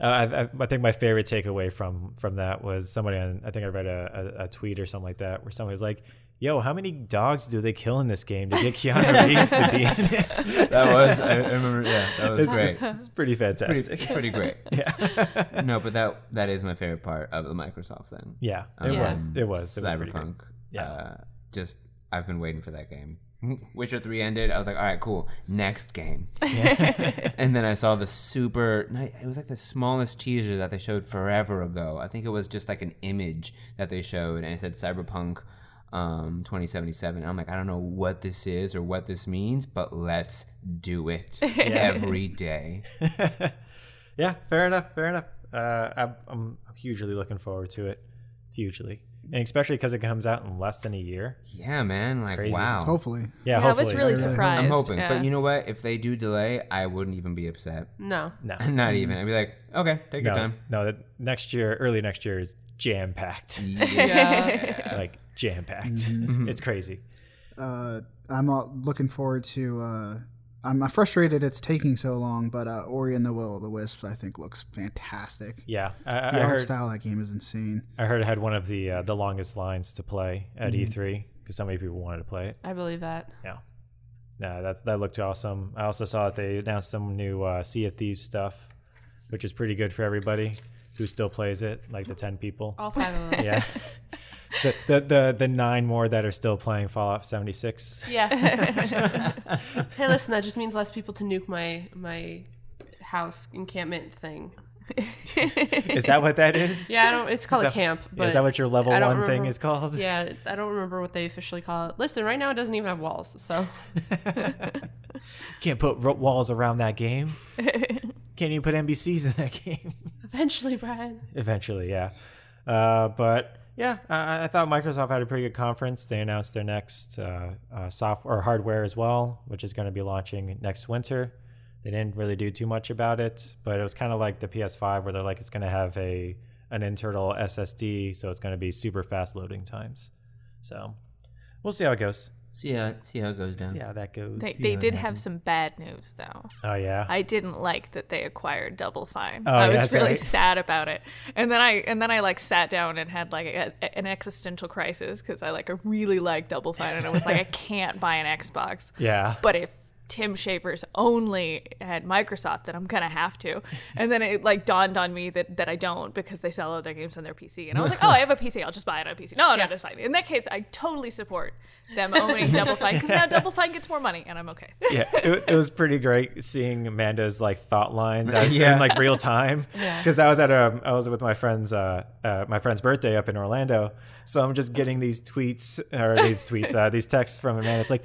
Uh, I, I, I think my favorite takeaway from from that was somebody on. I think I read a, a, a tweet or something like that where somebody was like, "Yo, how many dogs do they kill in this game to get Keanu Reeves to be in it?"
That was I, I remember. Yeah, that was great.
It's pretty fantastic.
Pretty, pretty great.
yeah,
No, but that that is my favorite part of the Microsoft thing. Um,
yeah, it
Yeah.
was. It was. It was pretty good.
Cyberpunk.
Yeah.
Uh, just I've been waiting for that game. Witcher three ended. I was like, all right, cool, next game. and then I saw the super. It was like the smallest teaser that they showed forever ago. I think it was just like an image that they showed, and it said Cyberpunk. Um, 2077. I'm like, I don't know what this is or what this means, but let's do it every day.
Yeah, fair enough. Fair enough. Uh, I'm, I'm hugely looking forward to it. Hugely, and especially because it comes out in less than a year.
Yeah, man. Like,
crazy.
wow.
Hopefully.
Yeah,
I was
hopefully.
really
hope- I'm
surprised.
I'm hoping,
yeah.
but you know what? If they do delay, I wouldn't even be upset.
No.
no,
Not even. I'd be like, okay, take your
Mm. no,
time.
no. That next year, early next year is jam packed.
Yeah.
like jam packed. it's crazy.
uh, I'm uh, looking forward to. Uh, I'm uh, frustrated it's taking so long, but uh, Ori and the Will of the Wisps I think looks fantastic.
Yeah, I, I
The
I
art
heard.
style of that game is insane.
I heard it had one of the uh, the longest lines to play at E3 because so many people wanted to play it.
I believe that.
Yeah, no, that that looked awesome. I also saw that they announced some new uh, Sea of Thieves stuff, which is pretty good for everybody who still plays it, like the ten people.
All five of them.
Yeah, the, the the the nine more that are still playing Fallout seventy six.
Yeah. hey, listen, that just means less people to nuke my my house encampment thing.
Is that what that is?
Yeah, I don't. It's called
that-
a camp. But
is that what your level
I
one
don't
thing
remember-
is called?
Yeah, I don't remember what they officially call it. Listen, right now it doesn't even have walls, so
Can't put ro- walls around that game. Can't even put NBCs in that game.
eventually, Brian.
Eventually, yeah. Uh, but yeah, I, I thought Microsoft had a pretty good conference. They announced their next uh, uh, software or hardware as well, which is going to be launching next winter. They didn't really do too much about it, but it was kind of like the PS5, where they're like, it's going to have a an internal SSD, so it's going to be super fast loading times. So we'll see how it goes.
See how see how it goes down.
See how that goes.
They, they did have some bad news though.
Oh yeah.
I didn't like that they acquired Double Fine.
Oh,
I
yeah,
was
that's
really
right.
sad about it. And then I and then I like sat down and had like a, a- an existential crisis because I like I really like Double Fine and I was like I can't buy an Xbox.
yeah.
But if Tim Schafer's only at Microsoft, then I'm gonna have to. And then it like dawned on me that that I don't because they sell all their games on their PC. And I was like, oh, I have a PC. I'll just buy it on PC. No, no, that's fine. In that case, I totally support them owning Double Fine because now Double Fine gets more money, and I'm okay.
yeah, it, it was pretty great seeing Amanda's like thought lines as, in like real time. Because I was at a, I was with my friends, uh, uh, my friend's birthday up in Orlando, so I'm just getting these tweets or these tweets, uh, these texts from Amanda. It's like,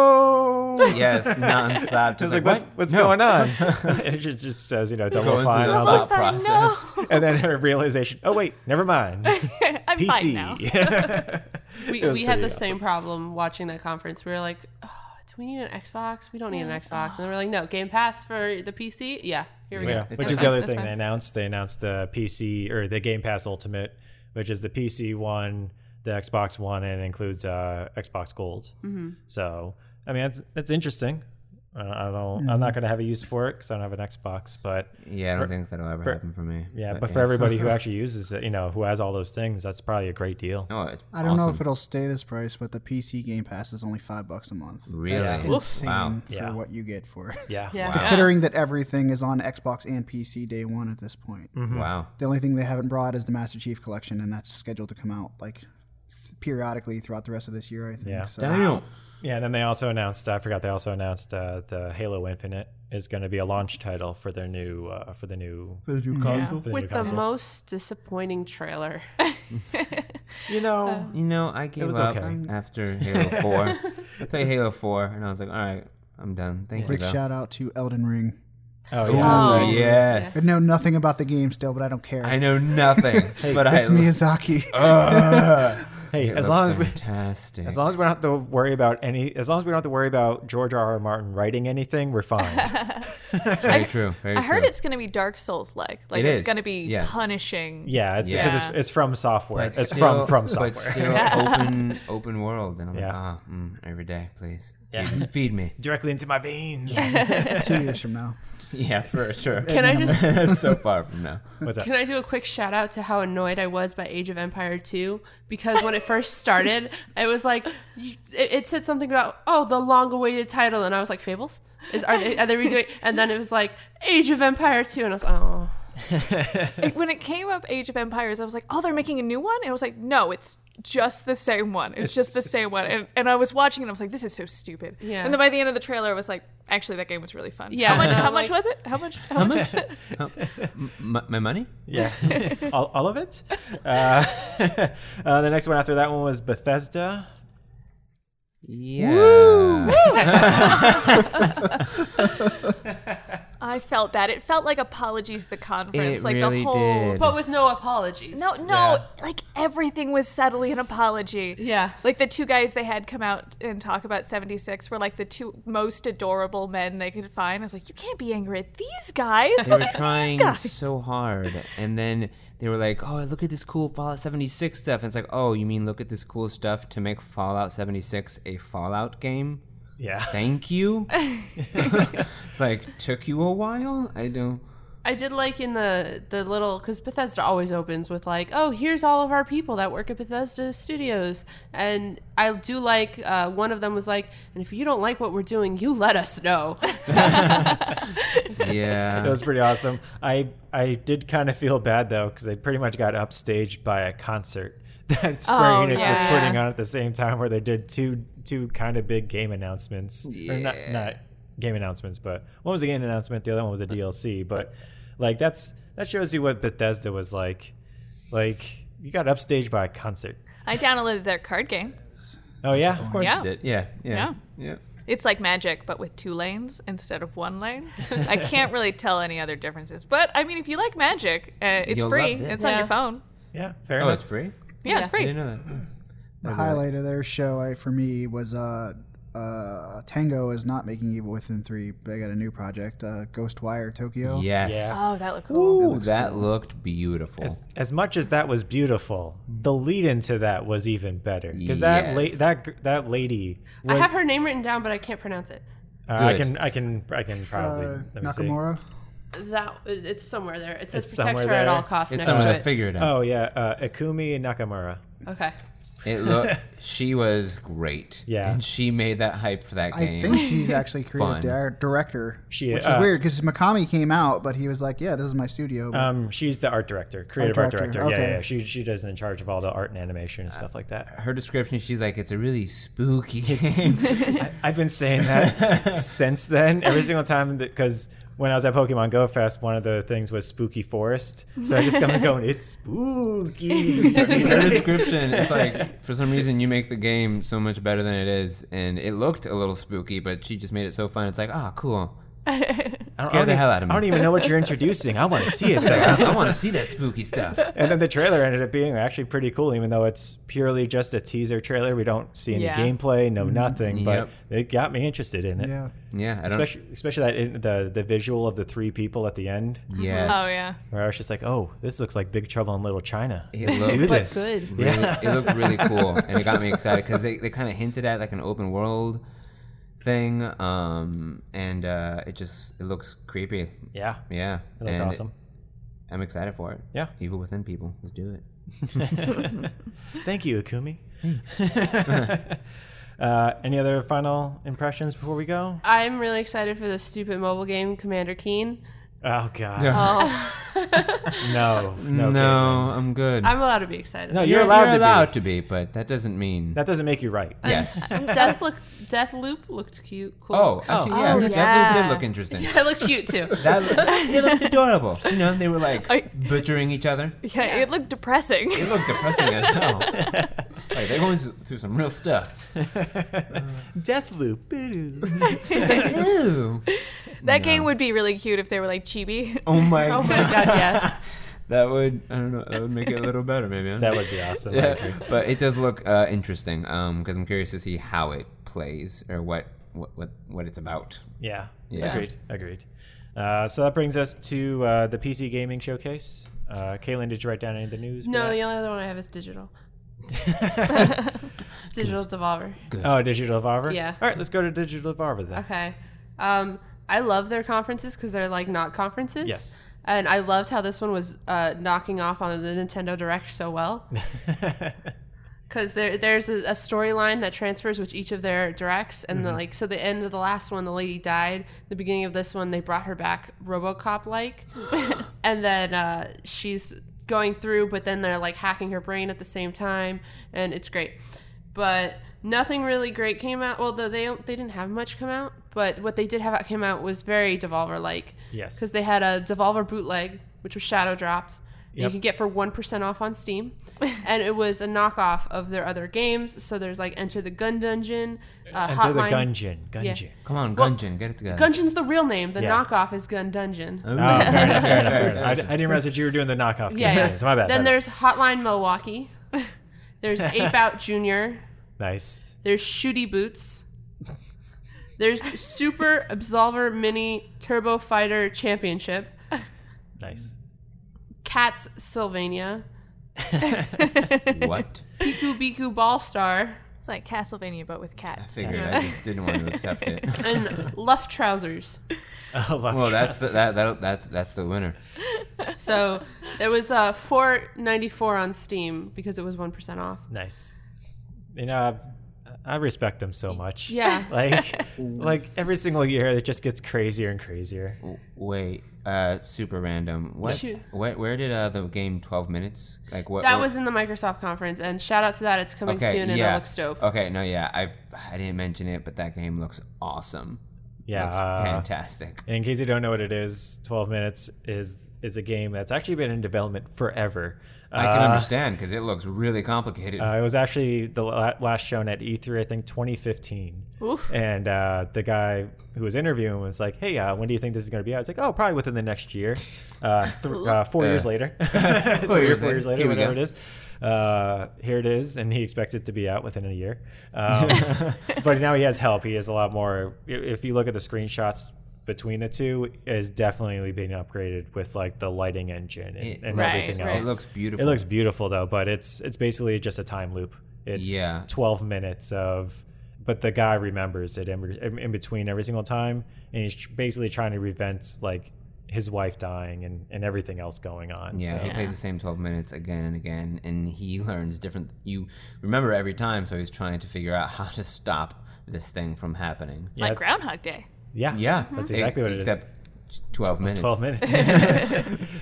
no,
Yes, nonstop.
I was like,
Just like,
what's,
what?
what's
No.
going on? and it just, just says, you know, double
Going through
fine.
the
And I was
thought
like,
Double Fine,
process.
and then her realization, oh wait, never mind,
I'm fine now.
PC.
We
It was
we had the
pretty
same problem watching that conference. We were like, oh, do we need an Xbox? We don't need an Xbox. And then we're like, no, Game Pass for the PC. Yeah, here we
Yeah,
go.
which
It's
is the
fine.
other
That's
thing
fine.
they announced. They announced the PC or the Game Pass Ultimate, which is the PC one, the Xbox One, and it includes uh, Xbox Gold. So I mean, that's that's interesting. Uh, I don't. I'm not going to have a use for it because I don't have an Xbox. But
Yeah, I don't think that'll ever
for-
happen for me.
yeah, but, for everybody who actually uses it, you know, who has all those things, that's probably a great deal.
oh, it's
I don't know if
awesome.
it'll stay this price, but the PC Game Pass is only five bucks a month.
Really?
That's
Oof.
insane
Wow.
for
Yeah.
what you get for it.
Yeah.
Yeah.
Considering that everything is on Xbox and PC day one at this point.
Mm.
Wow.
The only thing they haven't brought is the Master Chief Collection, and that's scheduled to come out like periodically throughout the rest of this year. I think.
Yeah.
So.
Damn.
Yeah, and then they also announced. I forgot they also announced uh, the Halo Infinite is going to be a launch title for their new uh, for the new for the new console.
With the most disappointing trailer.
you know,
You know, I gave
was
up
okay.
after Halo Four. I played Halo Four, and I was like, all right, I'm done. Thank you.
Big
though.
shout out to Elden Ring.
oh yeah, that's
Oh
right.
yes.
I know nothing about the game still, but I don't care.
I know nothing, but I.
Uh.
it's Miyazaki.
Ugh.
Hey,
It
as
looks
long as we
fantastic.
as long as we don't have to worry about any as long as we don't have to worry about George R. R. Martin writing anything, we're fine.
very true. Very
I heard
true.
it's going to be Dark Souls like. Like
It
it's
is,
going to be
yes.
punishing.
yeah, it's because it's,
Yeah.
it's from software.
But
it's
still-
from from
But
software.
still open open world, and I'm
Yeah.
like, ah, mm, every day, please.
Yeah.
Feed, feed me.
Directly into my veins.
Two years from now.
Yeah, for sure.
Can I just
It's so far from now.
What's up?
Can I do a quick shout out to how annoyed I was by Age of Empire 2? Because when it first started, it was like, you- it, it said something about, oh, the long awaited title. And I was like, Fables? Is, are, they, are they redoing? And then it was like, Age of Empire 2. And I was like, oh.
It- when it came up Age of Empires, I was like, oh, they're making a new one? And I was like, no, it's just the same one. It's, just the same one. And, and I was watching it, I was like, this is so stupid.
Yeah.
And then by the end of the trailer, I was like, actually, that game was really fun.
Yeah,
How much,
no,
how
like-
much was it? How much? How much? was it?
My, my money?
Yeah, all, all of it. Uh, uh, the next one after that one was Bethesda.
Yeah.
I felt bad. It felt like Apologies the Conference.
It
like
really
the whole.
did.
But with no apologies.
No, no, like everything was subtly an apology.
Yeah.
Like the two guys they had come out and talk about 76 were like the two most adorable men they could find. I was like, you can't be angry at these guys.
They
Look
were
at these
trying
guys."
so hard, and then they were like, "Oh, look at this cool Fallout 76 stuff." And it's like, "Oh, you mean look at this cool stuff to make Fallout 76 a Fallout game?"
Yeah,
Thank you. it's like took you a while. I don't.
I did like in the the little because Bethesda always opens with like, oh, here's all of our people that work at Bethesda Studios, and I do like uh, one of them was like, and if you don't like what we're doing, you let us know.
Yeah.
that was pretty awesome. I I did kind of feel bad though because they pretty much got upstaged by a concert that Square
Oh,
Enix was
yeah.
putting on at the same time, where they did two two kind of big game announcements. Or not
Yeah.
not game announcements, but one was a game announcement, the other one was a DLC. But like that's that shows you what Bethesda was like. Like you got upstaged by a concert.
I downloaded their card game.
Oh yeah, of course.
Yeah.
Did- Yeah. Yeah.
Yeah.
Yeah.
It's like magic, but with two lanes instead of one lane. I can't really tell any other differences. But I mean, if you like magic, uh, it's
You'll
free.
love this.
It's on
Yeah.
your phone.
Yeah, fair
Oh,
enough.
it's free.
Yeah, it's
Yeah.
I
free.
didn't know that.
The highlight of their show I, for me was uh, uh, Tango is not making Evil Within 3. but They got a new project, uh, Ghostwire Tokyo.
Yes.
Yeah.
Oh, that looked cool.
Ooh, that looked beautiful.
As, as much as that was beautiful, the lead into that was even better because that la-
Yes.
that gr- that lady
I
was.
have her name written down, but I can't pronounce it.
uh, I
Good.
can I can I can probably
Uh,
let me see.
Nakamura.
That it's somewhere there. It says
It's
protect her
somewhere
at
there.
all costs
It's
next
someone
to
to
it.
figure it out.
Oh yeah, uh, Akumi Nakamura.
okay.
It looked. she was great.
Yeah.
And she made that hype for that
I
game.
think she's actually creative
Fun.
di- director,
She-
which
uh,
is weird because Mikami came out, but he was like, "Yeah, this is my studio." but-
Um, she's the art director, creative art director.
director,
Yeah,
okay.
yeah, yeah. She she does in charge of all the art and animation and stuff like that.
her description, she's like, "It's a really spooky game."
I've been saying that since then. Every single time because when I was at Pokemon Go Fest, one of the things was spooky forest. So I just come and go, it's spooky.
her description, it's like for some reason you make the game so much better than it is, and it looked a little spooky, but she just made it so fun. It's like, ah, cool.
I don't,
Scare
I don't
the
e-
hell out of me.
I don't even know what you're introducing. I want to see it.
It's
though.
like, I, want to see that spooky stuff.
and then the trailer ended up being actually pretty cool, even though it's purely just a teaser trailer. We don't see any
Yeah.
gameplay, no nothing,
Mm-hmm. Yep.
but it got me interested in it.
yeah,
Yeah, I don't.
Especially, especially that in, the the visual of the three people at the end,
yes.
Oh, yeah.
where I was just like, "Oh, this looks like Big Trouble in Little China."
It
Let's
looked-
do
But
this.
good.
Really, It looked really cool, and it got me excited because they, they kind of hinted at like an open world thing, um, and uh, it just it looks creepy.
Yeah,
Yeah,
it looked
and
awesome.
I'm excited for it.
Yeah.
Evil Within people, let's do it.
Thank you, Akumi. uh, any other final impressions before we go?
I'm really excited for this stupid mobile game, Commander Keen.
Oh God,
Yeah.
Oh,
no, no,
No,
Caitlin.
I'm good.
I'm allowed to be excited.
No, you're allowed to be.
to be. but that doesn't mean
That doesn't make you right.
yes.
Death look, Death Loop looked cute. Cool.
oh, actually,
Oh,
yeah,
oh,
that
yeah.
did look interesting.
it looked cute too.
That loo- it looked adorable. You know, they were like
I-
butchering each other.
yeah, it looked depressing.
It looked depressing as hell. Like they're going through some real stuff.
Deathloop. boo-doo.
Ew.
That game would be really cute if they were like chibi.
Oh my
Oh my god, yes.
that would I don't know. That would make it a little better, maybe. I don't
That
know.
would be awesome. I agree.
yeah, but it does look uh, interesting because I'm curious to see how it plays or what what what, what it's about.
Yeah.
Yeah.
Agreed. Agreed. Uh, so that brings us to uh, the PC gaming showcase. Uh, Kaylin, did you write down any of the news? for
No,
that?
the only other one I have is digital. digital Devolver.
Oh, Digital Evolver.
Yeah. Uh,
All right, let's go to Digital Evolver then.
Okay. Um, I love their conferences because they're like not conferences.
Yes.
And I loved how this one was uh, knocking off on the Nintendo Direct so well because there there's a, a storyline that transfers with each of their directs, and the, like so the end of the last one the lady died, the beginning of this one they brought her back RoboCop like, and then uh, she's going through, but then they're like hacking her brain at the same time, and it's great, but nothing really great came out. Well, though they they didn't have much come out, but what they did have out came out was very Devolver like
yes.
because they had a Devolver bootleg, which was shadow dropped. that You
Yep.
could get for one percent off on Steam, and it was a knockoff of their other games. So there's like Enter the Gun Dungeon, uh,
Enter the
Hotline.
Gungeon. Gungeon.
Come on, Gungeon, get it together.
Gungeon's the real name. The
Yeah.
knockoff is Gun Dungeon.
Oh,
Oh, fair enough, fair enough, fair enough. I, I didn't realize that you were doing the knockoff
Yeah, yeah.
games. My bad.
Then
my bad.
there's Hotline Milwaukee. There's Ape Out Junior.
nice.
There's Shooty Boots. There's Super Absolver Mini Turbo Fighter Championship.
Nice.
Cats Sylvania.
what?
Biku Biku Ball Star.
It's like Castlevania, but with
I
cats.
figured. I just didn't want to accept it.
And Luff Trousers.
I love
Well, that's
trust.
the, that, that that's that's the winner.
So there was uh, four ninety four on Steam because it was one percent off.
nice. You know, I, I respect them so much.
Yeah.
Like, like every single year, it just gets crazier and crazier.
W- Wait, uh, super random. What?
Shoot.
Where, where did uh, the game Twelve Minutes? Like what?
Oh.
That
what-
was in the Microsoft conference, and shout out to that. It's coming soon, and it looks dope.
Uh,
Okay, no, yeah, I I didn't mention it, but that game looks awesome.
Yeah.
looks
uh,
fantastic.
And in case you don't know what it is, 12 Minutes is is a game that's actually been in development forever.
I can
Uh,
understand because it looks really complicated.
Uh, it was actually the la- last shown at E3, I think 2015.
Oof.
And uh, the guy who was interviewing was like, "Hey, uh, when do you think this is going to be out?" It's like, "Oh, probably within the next year." Uh, th- uh, four
Uh,
years later, three or
years
four years later,
later. Here we
whatever it
go.
is. Uh, here it is, and he expects it to be out within a year. Um, but now he has help. He has a lot more. i- If you look at the screenshots between the two, it is definitely being upgraded with like the lighting engine and,
It-
and
Right,
everything
right.
else.
it looks beautiful.
It looks beautiful though, but it's it's basically just a time loop. It's
Yeah.
twelve minutes of, but the guy remembers it in, in, in between every single time, and he's tr- basically trying to revent like his wife dying and, and everything else going on.
Yeah,
so-
he plays the same 12 minutes again and again, and he learns different. You remember every time, so he's trying to figure out how to stop this thing from happening.
yeah,
Like Groundhog Day.
yeah,
Yeah,
That's exactly what it is.
Except 12 minutes.
twelve minutes.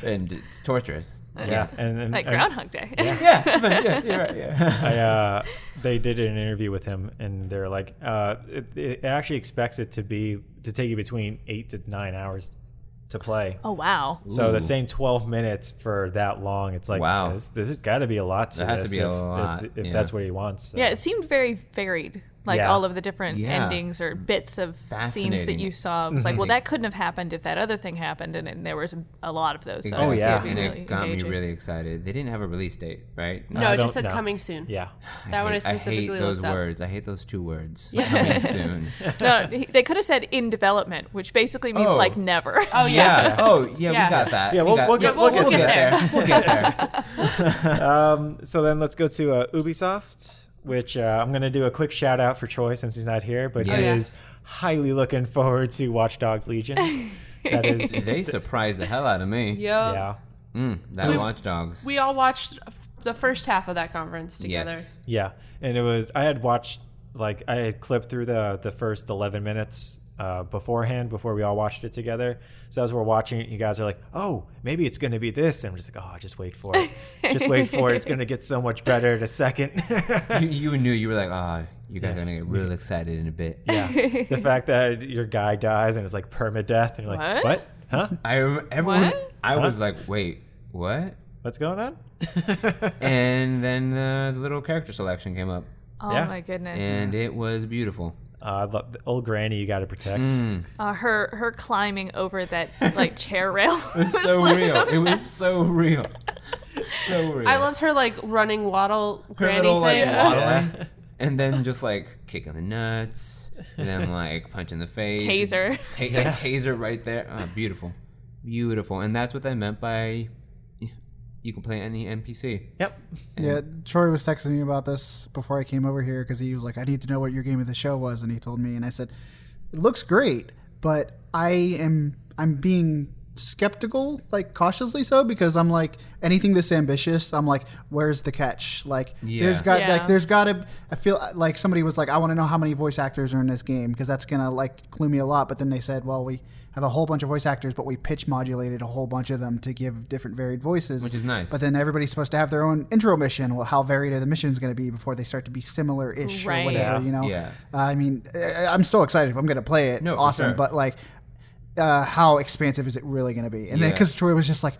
And it's torturous.
yes, and, and
Like
and
Groundhog Day.
Mm, yeah, yeah, you're right, yeah.
I, uh, they did an interview with him, and they're like, uh, it, it actually expects it to be to take you between eight to nine hours to play.
oh wow.
So
Ooh.
the same 12 minutes for that long, it's like,
Wow.
wow, this, this has got to be a lot to
There has to
this
be
if,
a lot,
if, if
yeah.
that's what he wants. so.
Yeah, it seemed very varied. Like
Yeah.
all of the different
Yeah.
endings or bits of scenes that
Fascinating.
you saw. It was
Mm-hmm.
like, well, that couldn't have happened if that other thing happened, and, and there was a, a lot of those. So
Oh,
Exactly,
yeah.
it'd
and
be really
it got
engaging.
me really excited. They didn't have a release date, right?
No,
I
it just
don't
said
know.
coming soon.
Yeah.
That one I
hate- I
specifically
hate those
looked up.
words. I hate those two words.
Yeah.
Coming soon.
no, he- they could have said in development, which basically means
Oh.
like never.
Oh yeah.
Yeah. Oh, yeah,
Yeah.
we got that.
Yeah, we'll-
got-
we'll get-
Yeah, we'll, we'll get there.
we'll get there.
Um, so then let's go to uh, Ubisoft, which uh, I'm going to do a quick shout out for Troy since he's not here, but he
Yes.
is highly looking forward to Watch Dogs Legion. that is,
They surprised the hell out of me.
Yo,
yeah.
Mm, that
We-
Watch Dogs.
we all watched the first half of that conference together.
yes.
Yeah, and it was I had watched like I had clipped through the the first eleven minutes uh, beforehand before we all watched it together. So as we're watching it, you guys are like, "Oh, maybe it's going to be this," and I'm just like, "Oh, just wait for it, just wait for it. It's going to get so much better in a second.
You, you knew you were like, oh, you guys are gonna get real excited in a bit.
yeah, the fact that your guy dies and it's like permadeath, and you're like,
What?
"What? Huh?
I rem- everyone.
What?
I was like, wait, what?
What's going on?"
And then uh, the little character selection came up,
Oh
Yeah.
my goodness.
and it was beautiful.
Uh, look, the old granny you got to protect.
Uh, her her climbing over that like chair rail
It was so real. It was so real. So real.
I loved her like running waddle
her
granny
little like
thing.
Yeah.
waddling, and then just like kicking the nuts, and then like punching the face,
Taser.
ta- like, taser right there. Oh, beautiful, beautiful, and that's what I meant by you can play any NPC.
Yep.
Yeah, Troy was texting me about this before I came over here because he was like, "I need to know what your game of the show was," and he told me, and I said, "It looks great, but I am I'm being skeptical, like cautiously so, because I'm like anything this ambitious, I'm like, where's the catch? Like,
Yeah.
there's got
Yeah.
like there's got to I feel like somebody was like, I want to know how many voice actors are in this game because that's gonna like clue me a lot. But then they said, well, we have a whole bunch of voice actors, but we pitch modulated a whole bunch of them to give different varied voices,
Which is nice.
But then everybody's supposed to have their own intro mission. Well, how varied are the missions going to be before they start to be similar ish
Right.
or whatever?
Yeah.
You know,
Yeah.
Uh, I mean, I- I'm still excited. I'm going to play it.
No, for
awesome.
sure.
But like, uh, how expansive is it really going to be? And then
Yeah.
because Troy was just like,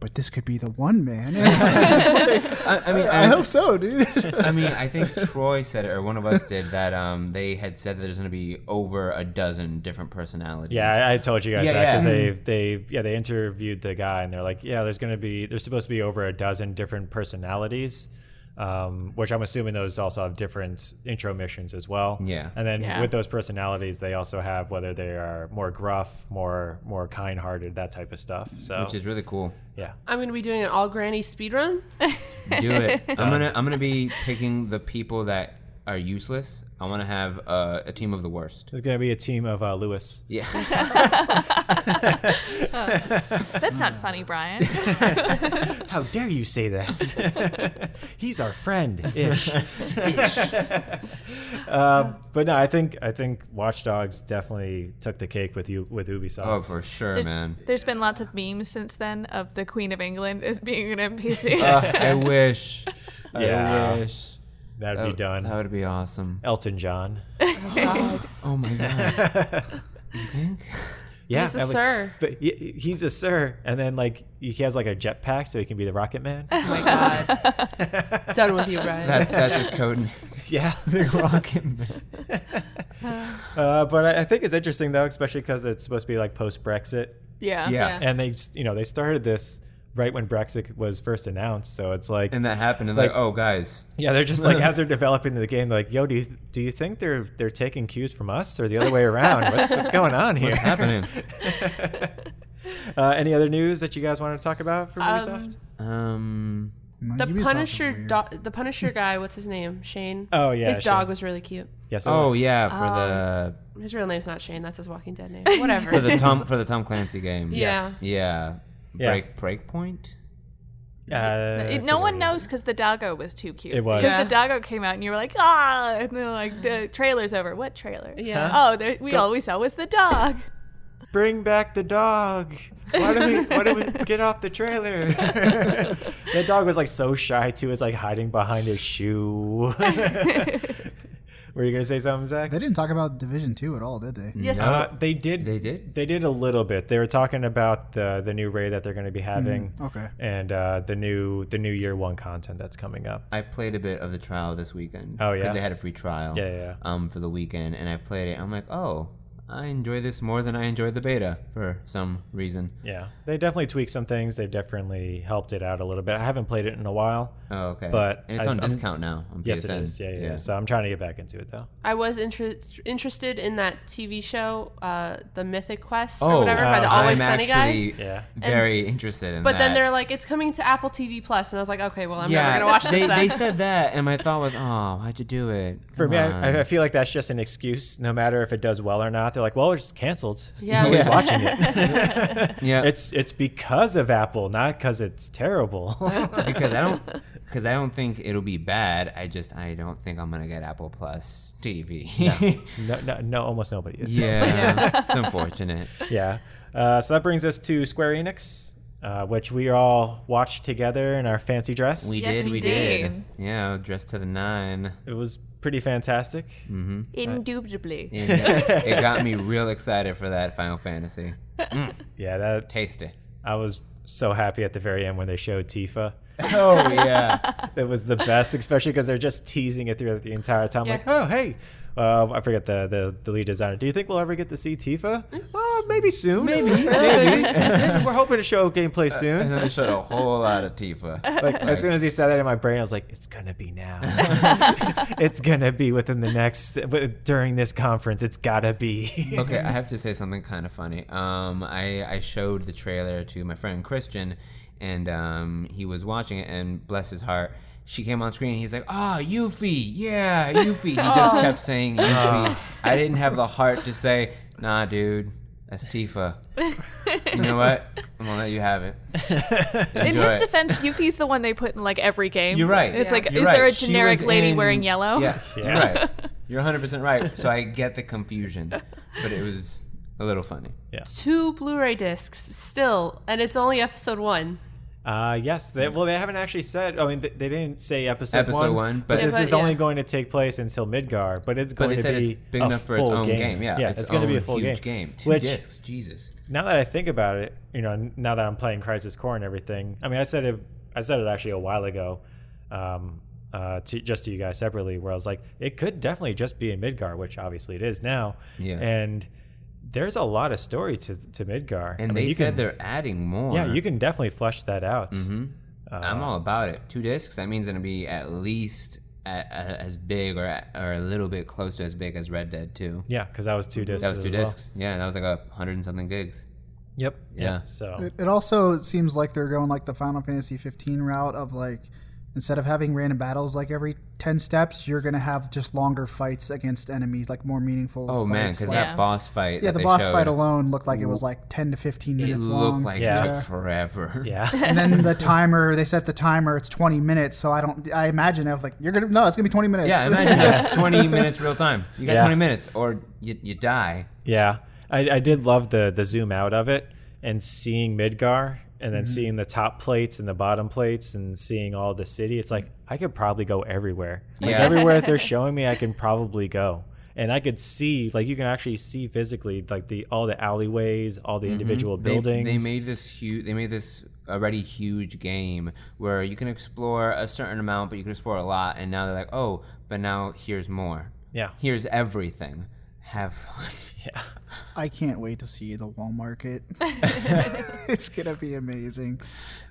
but this could be the one, man. And I was just like,
I, I mean,
I hope so, dude.
I mean, I think Troy said it, or one of us did, that um, they had said that there's going to be over a dozen different personalities.
Yeah, I, I told you guys
Yeah,
that because
yeah. Mm-hmm.
they they yeah they interviewed the guy and they're like, yeah, there's gonna be there's supposed to be over a dozen different personalities, um, which I'm assuming those also have different intro missions as well.
Yeah.
and then
Yeah.
with those personalities, they also have whether they are more gruff, more more kind-hearted, that type of stuff. So
Which is really cool.
yeah,
I'm gonna be doing an all granny speed run.
Do it. I'm gonna I'm gonna be picking the people that are useless. I want to have uh, a team of the worst.
there's gonna be a team of uh, Lewis.
Yeah.
That's not funny, Brian.
How dare you say that? He's our friend ish. um, but no, I think I think Watch Dogs definitely took the cake with you with Ubisoft.
Oh, for sure, man.
There's been lots of memes since then of the Queen of England as being an NPC.
Uh, I wish.
Yeah.
I wish.
That'd be done.
That would be awesome.
Elton John.
Oh my god. you think?
Yeah,
He's a
that would-
sir.
But he, he's a sir, and then like he has like a jetpack, so he can be the Rocket Man.
Oh my god. Done with you, Brian.
That's that's his code. name.
yeah.
Big Rocket Man.
Uh, but I, I think it's interesting though, especially because it's supposed to be like post Brexit,
yeah.
Yeah.
and they just- you know they started this right when Brexit was first announced, so it's like
And that happened, and like,
Like-
oh guys,
Yeah, they're just like as they're developing the game, they're like, "Yo, do you do you think they're they're taking cues from us or the other way around? What's what's going on here?
what's happening?
Uh, any other news that you guys want to talk about from
Um,
Ubisoft?
Um,
the
Ubisoft is
Punisher,
weird.
do- the Punisher guy. What's his name? Shane.
Oh, yeah,
His dog
Shane.
was really cute.
Yes. it
oh
was.
yeah, for
Um,
His real name's not Shane. That's his Walking Dead name. Whatever.
the for the Tom for the Tom Clancy game.
Yeah. Yes.
Yeah.
Yeah.
Break Breakpoint.
Uh, I
It- no
forget
one
what
knows because the doggo was too cute.
It was.
Because
Yeah.
the doggo came out and you were like, ah, and they're like, the trailer's over. What trailer?
yeah.
Oh, there, we always saw was the dog.
it is. Bring back the dog. Why do we why do we get off the trailer? the dog was like so shy too. It's like hiding behind his shoe. Were you gonna say something, Zach?
They didn't talk about Division Two at all, did they?
Mm.
Yes.
Uh, they did.
They did?
They did a little bit. They were talking about the the new raid that they're going to be having.
Okay.
And uh, the new the new year one content that's coming up.
I played a bit of the trial this weekend.
Oh, yeah?
because they had a free trial.
Yeah, yeah, yeah.
Um, for the weekend, and I played it. I'm like, oh, I enjoy this more than I enjoyed the beta for some reason.
Yeah, they definitely tweaked some things. They've definitely helped it out a little bit. I haven't played it in a while.
Oh, okay.
But
and it's
I-
on
I'm-
discount now. On
yes, it
PSN.
is. Yeah, yeah, yeah. So I'm trying to get back into it though.
I was inter- interested in that TV show, uh, The Mythic Quest or
Oh,
whatever, by the
uh,
Always
I'm
Sunny
actually
guys.
Yeah.
very interested in
But
that.
then they're like, it's coming to Apple TV Plus, and I was like, okay, well, I'm never gonna watch this.
they,
then.
they said that, and my thought was, oh, why'd you do it?
For
Come
me,
on."
I, I feel like that's just an excuse. No matter if it does well or not, they're like, "Well, it's just canceled.
Yeah.
Nobody's
Yeah.
watching it.
yeah,
it's it's because of Apple, not because it's terrible."
because I don't because I don't think it'll be bad. I just I don't think I'm gonna get Apple Plus TV.
no, no, no, almost nobody is.
yeah, it's unfortunate.
yeah. Uh, so that brings us to Square Enix, uh, which we all watched together in our fancy dress.
We
Yes,
did,
we
we
did.
did. Yeah, dressed to the nine.
it was pretty fantastic.
Mm.
Indubitably.
And it it got me real excited for that Final Fantasy.
Yeah, that
Tasty.
I was so happy at the very end when they showed Tifa.
Oh yeah.
It was the best, especially because they're just teasing it throughout the entire time.
Yeah.
Like, oh hey, Uh, I forget the, the the lead designer. Do you think we'll ever get to see Tifa? Uh, maybe soon.
Maybe.
maybe. We're hoping to show gameplay
And
soon.
then they showed a whole lot of Tifa.
Like, as soon as he said that in my brain, I was like, "It's gonna be now. it's gonna be within the next during this conference. It's gotta be."
okay, I have to say something kind of funny. Um, I, I showed the trailer to my friend Christian, and um, he was watching it, and bless his heart, she came on screen. And he's like, "Ah, oh, Yuffie, yeah, Yuffie." He just kept saying Yuffie. I didn't have the heart to say, "Nah, dude, that's Tifa." You know what? I'm gonna let you have it.
In
Enjoy
his
it.
defense, Yuffie's the one they put in like every game.
You're right.
It's
Yeah.
like,
You're
is there a
right. She
generic
was
lady
in-
wearing yellow?
Yeah, you're
Yeah.
right. You're 100% right. So I get the confusion, but it was a little funny.
Two Blu-ray discs still, and it's only episode one.
Uh, yes. They, well, they haven't actually said. I mean, they, they didn't say episode
Episode
one.
one, but-
this
Yeah, but-
is only
yeah.
going to take place until Midgar. But it's
But
going
they
to
said
be
it's big
a
enough for its
full
own game.
game.
Yeah,
it's, going to be a
own
full
huge
game.
Two
which,
discs, Jesus.
Now that I think about it, you know, n- now that I'm playing Crisis Core and everything, I mean, I said it, I said it actually a while ago, um, uh, to just to you guys separately, where I was like, it could definitely just be in Midgar, which obviously it is now.
Yeah.
And there's a lot of story to to Midgar,
And
I mean,
they
you
said
can,
they're Mm-hmm. adding more.
yeah, you can uh, definitely flesh that out.
I'm all about it. Two discs. That means it'll be at least a a- as big or a- or a little bit close to as big as Red Dead 2.
Yeah, because that was two discs.
Mm-hmm. That was two
as well.
discs. Yeah, that was like a hundred and something gigs.
Yep.
Yeah.
So
It, it also seems like they're going like the Final Fantasy 15 route of like instead of having random battles like every 10 steps, you're going to have just longer fights against enemies, like more meaningful
Oh
fights.
man, because
like,
that
Yeah.
boss fight.
yeah,
that
the
they
boss
showed,
fight alone looked like it was like 10 to 15
It
minutes
looked
long.
like
Yeah.
it took forever.
yeah.
and then the timer, they set the timer, it's 20 minutes, so I don't I imagine I was like you're going to no, it's going to be 20 minutes.
Yeah, imagine that. 20 minutes real time. You got
Yeah.
20 minutes, or you, you die.
Yeah, I, I did love the the zoom out of it and seeing Midgar and
Mm-hmm.
then seeing the top plates and the bottom plates and seeing all the city. It's like I could probably go everywhere. Like
Yeah.
everywhere that they're showing me, I can probably go. And I could see, like, you can actually see physically, like the all the alleyways, all the individual
Mm-hmm. They-
buildings.
They, made this huge. They made this already huge game where you can explore a certain amount, but you can explore a lot. And now they're like, oh, but now here's more.
yeah,
Here's everything. Have fun.
yeah.
I can't wait to see the Wall Market. it's going to be amazing.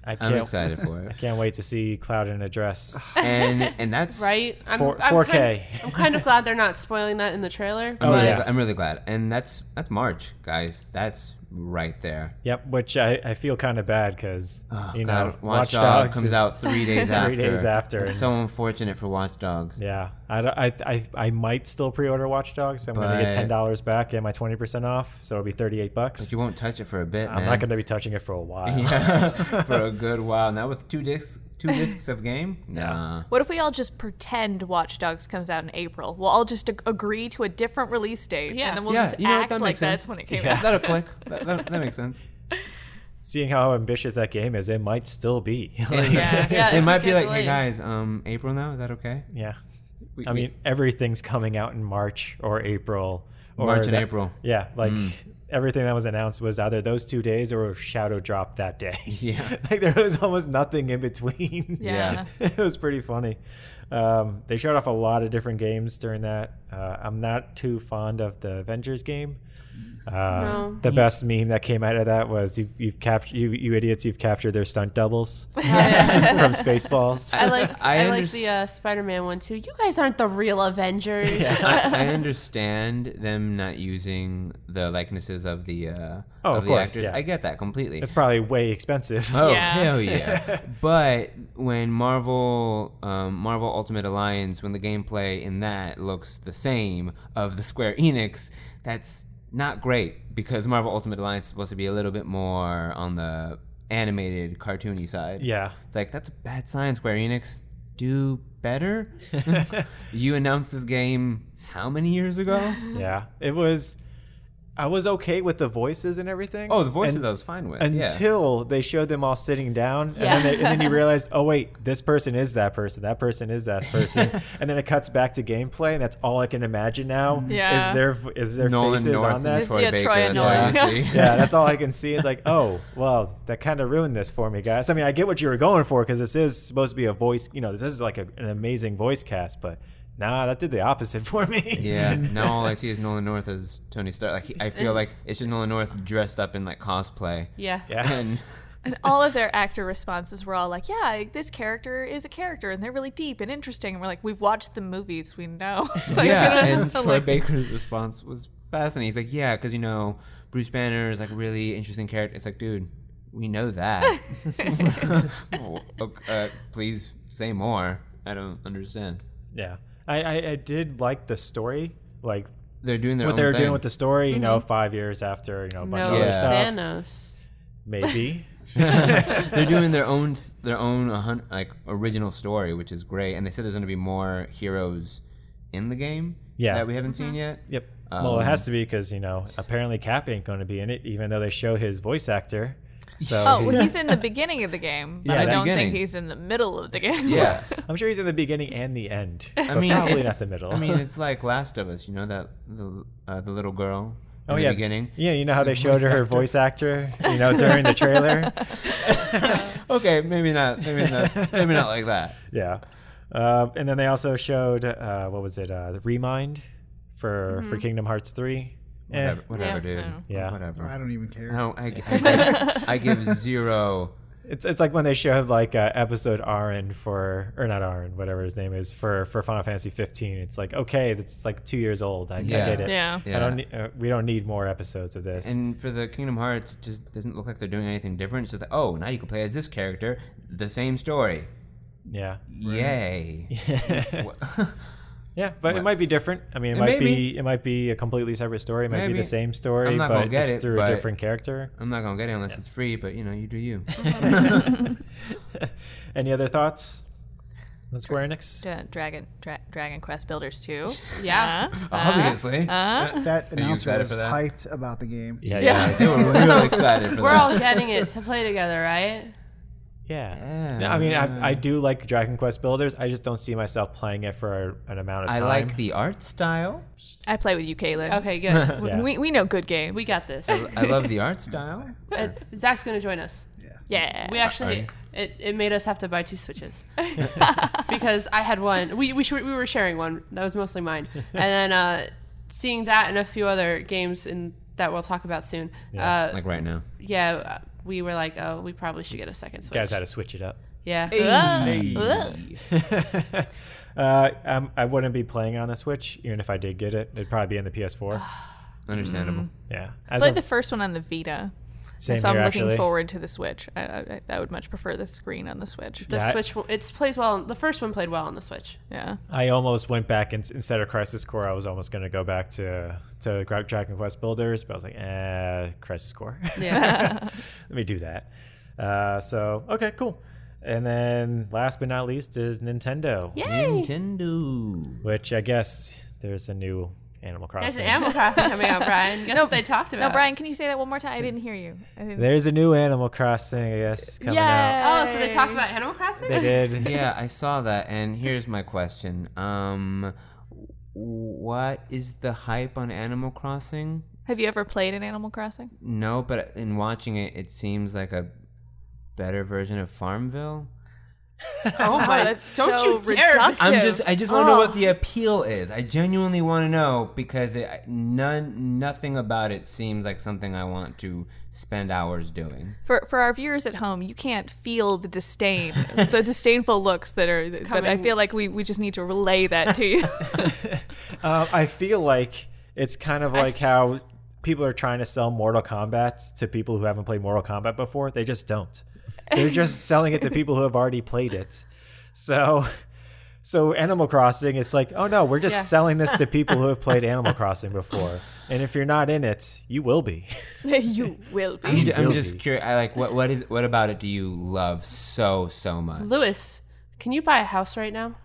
I can't.
I'm excited for it.
Can't wait to see Cloud in a dress.
And and that's
Right? I'm,
Four-
Kind
4K.
of, I'm kind of glad they're not spoiling that in the trailer.
I'm,
but
really,
Oh, yeah.
I'm really glad. And that's that's March, guys. That's right there.
Yep, which I, I feel kind of bad because
Oh,
you know
God, Watch, Dogs,
is-
comes out three days after.
three days after.
It's so unfortunate for Watch Dogs.
Yeah, I, don't- I, I, I might still pre-order Watch Dogs. I'm going to get
But-
ten dollars back and my twenty percent off, so it'll be thirty-eight bucks.
You won't touch it for a bit.
I'm
man.
not going to be touching it for a while.
yeah, for a good while. Now with two discs, two discs of game. Nah.
What if we all just pretend Watch Dogs comes out in April? We'll all just ag- agree to a different release date,
Yeah.
and then we'll
yeah,
just
you know what?
act
That
like
makes sense.
that's when it came out.
That'll click. That, that, that makes sense.
Seeing how ambitious that game is, it might still be. Like,
Yeah.
Yeah,
it
if
might
we
be
get
like, hey
delayed.
guys, um, April now. Is that okay?
yeah.
We-
I
we-
mean, everything's coming out in March or April. Or
March and
that-
April. Mm.
Yeah, like everything that was announced was either those two days or Shadow dropped that day.
Yeah.
like there was almost nothing in between.
Yeah.
it was pretty funny. Um, they showed off a lot of different games during that. Uh, I'm not too fond of the Avengers game. Uh,
No.
The best meme that came out of that was you've, you've captured you, you idiots you've captured their stunt doubles from Spaceballs.
I like
I
I, like
underst-
the uh, Spider-Man one too. You guys aren't the real Avengers.
uh,
I, I understand them not using the likenesses of the uh,
Oh, of
of the
course,
actors.
yeah.
I get that completely.
it's probably way expensive.
Oh
Yeah.
hell yeah! but when Marvel, um, Marvel Ultimate Alliance, when the gameplay in that looks the same of the Square Enix, that's not great because Marvel Ultimate Alliance is supposed to be a little bit more on the animated, cartoony side.
Yeah.
it's like that's a bad sign. Square Enix, do better. you announced this game how many years ago?
Yeah, it was. I was okay with the voices and everything.
Oh, the voices
And-
I was fine with. yeah.
until they showed them all sitting down, and, then they,
Yes.
and then you realized, oh wait, this person is that person, that person is that person, and then it cuts back to gameplay, and that's all I can imagine now
Yeah.
is their is their
Nolan
faces
North
on
and
that.
Troy
Yeah,
Baker.
Troy and
that's all
Nolan.
you see.
yeah, that's all I can see is like, oh, well, that kind of ruined this for me, guys. I mean, I get what you were going for because this is supposed to be a voice, you know, this is like a, an amazing voice cast, but nah, that did the opposite for me.
Yeah, now all I see is Nolan North as Tony Stark. Like he- I feel like it's just Nolan North dressed up in like cosplay.
Yeah.
Yeah.
And
And all of their actor responses were all like, "Yeah, this character is a character, and they're really deep and interesting." And we're like, "We've watched the movies, we know." Like,
yeah,
you know,
and
I'm
Troy
like,
Baker's response was fascinating. He's like, "Yeah, because you know Bruce Banner is like a really interesting character." It's like, dude, we know that. Oh, ok- uh, please say more. I don't understand.
yeah. I, I, I did like the story, like
They're doing their
what
own
they were
thing.
doing with the story. You know, five years after, you know, a bunch
No,
of other
Yeah.
stuff.
Thanos.
Maybe.
They're doing their own their own uh, hun- like original story, which is great. And they said there's going to be more heroes in the game
Yeah. Mm-hmm.
that we haven't seen yet.
Yep. well,
Um,
it has to be because you know apparently Cap ain't going to be in it, even though they show his voice actor. So
oh,
he-
well, he's in the beginning of the game, but
Yeah,
I
the
don't
beginning.
think he's in the middle of the game.
Yeah.
I'm sure he's in the beginning and the end. I
mean,
probably not
it's-
the middle.
I mean, it's like Last of Us, you know that the uh, the little girl in
oh
the
yeah,
beginning.
yeah. You know how they
The
showed
voice
her her
actor.
voice actor, you know, during the trailer.
Okay, maybe not. Maybe not. maybe not like that.
yeah. Uh, and then they also showed uh, what was it? Uh, Remind for for Kingdom Hearts three. Eh,
Whatever, whatever
Yeah, I
dude.
don't know.
Yeah.
Whatever.
I don't even
I
care.
don't. I, I, I give zero.
It's it's like when they showed like uh, episode Aaron for or not Aaron, whatever his name is for for Final Fantasy 15. It's like okay, that's like two years old. I,
Yeah.
I get it.
Yeah.
I
Yeah.
don't. Need, uh, we don't need more episodes of this.
And for the Kingdom Hearts, it just doesn't look like they're doing anything different. It's just like, oh, now you can play as this character, the same story.
yeah.
Yay.
yeah,
Wha-
but it
What?
might be different. I mean, it
It
might
may
be it might be a completely separate story. It might be
Maybe.
the same story,
I'm not
but
gonna get
it's
it,
through
but-
a different character.
I'm not going to get it unless it's free, but you know, you do you.
Any other thoughts? Let's Square Enix.
Dra- Dragon Dra- Dragon Quest Builders 2.
Yeah.
Huh?
Obviously.
Uh-huh.
Huh?
That announcer
excited
was
for that?
hyped about the game.
Yeah,
Yeah.
yeah,
They were really excited for
We're
that.
all getting it to play together, right?
yeah.
Yeah.
I mean, I, I do like Dragon Quest Builders. I just don't see myself playing it for an amount of
I
time.
like the art style.
I play with you, Caleb.
Okay, good.
Yeah.
We, we know good games.
We got this.
I love the art style.
It's, Zach's gonna join us.
yeah.
We actually it, it made us have to buy two switches because I had one. We we, sh- we were sharing one that was mostly mine, and then uh, seeing that and a few other games in that we'll talk about soon. Yeah, uh,
Like right now.
yeah uh, we were like, oh, we probably should get a second switch.
guys had to switch it up.
yeah,
Ah. Ugh.
uh, um, I wouldn't be playing it on the Switch, even if I did get it. It'd probably be in the PS4.
Understandable.
yeah, as
played
of,
the first one on the Vita.
same
so I'm
here,
looking
actually.
forward to the Switch. I, I, I- I would much prefer the screen on the Switch.
the
Yeah, I-
switch. It plays well. The first one played well on the switch.
Yeah.
I almost went back and instead of Crisis Core, I was almost going to go back to to Gra- Dragon Quest Builders, but I was like, eh, Crisis Core.
Yeah,
Let me do that. Uh, so okay, cool. And then last but not least is Nintendo,
Nintendo.
which I guess there's a new Animal Crossing.
there's an Animal Crossing coming out, Brian. Guess what they talked about?
No, Brian, can you say that one more time? I didn't hear you. I didn't...
There's a new Animal Crossing, I guess, coming out.
Oh, so they talked about Animal Crossing.
They did.
Yeah, I saw that, and here's my question. Um, what is the hype on Animal Crossing?
Have you ever played an Animal Crossing?
No, but in watching it, it seems like a better version of Farmville.
Oh my!
that's
don't
so
you dare!
reductive.
I'm
Ew.
just, I just want to know
Oh.
what the appeal is. I genuinely want to know because it, none, nothing about it seems like something I want to spend hours doing.
For for our viewers at home, you can't feel the disdain, the disdainful looks that are. But I
Coming.
feel like we, we just need to relay that to you.
Uh, I feel like it's kind of like how people are trying to sell Mortal Kombat to people who haven't played Mortal Kombat before. They just don't. They're just selling it to people who have already played it. So, so Animal Crossing, it's like, oh no, we're just
Yeah.
selling this to people who have played Animal Crossing before. And if you're not in it, you will be.
you will
I'm,
be.
ju- I'm just
Guilty.
curious. I like what, what is, what about it do you love so, so much?
Lewis, can you buy a house right now?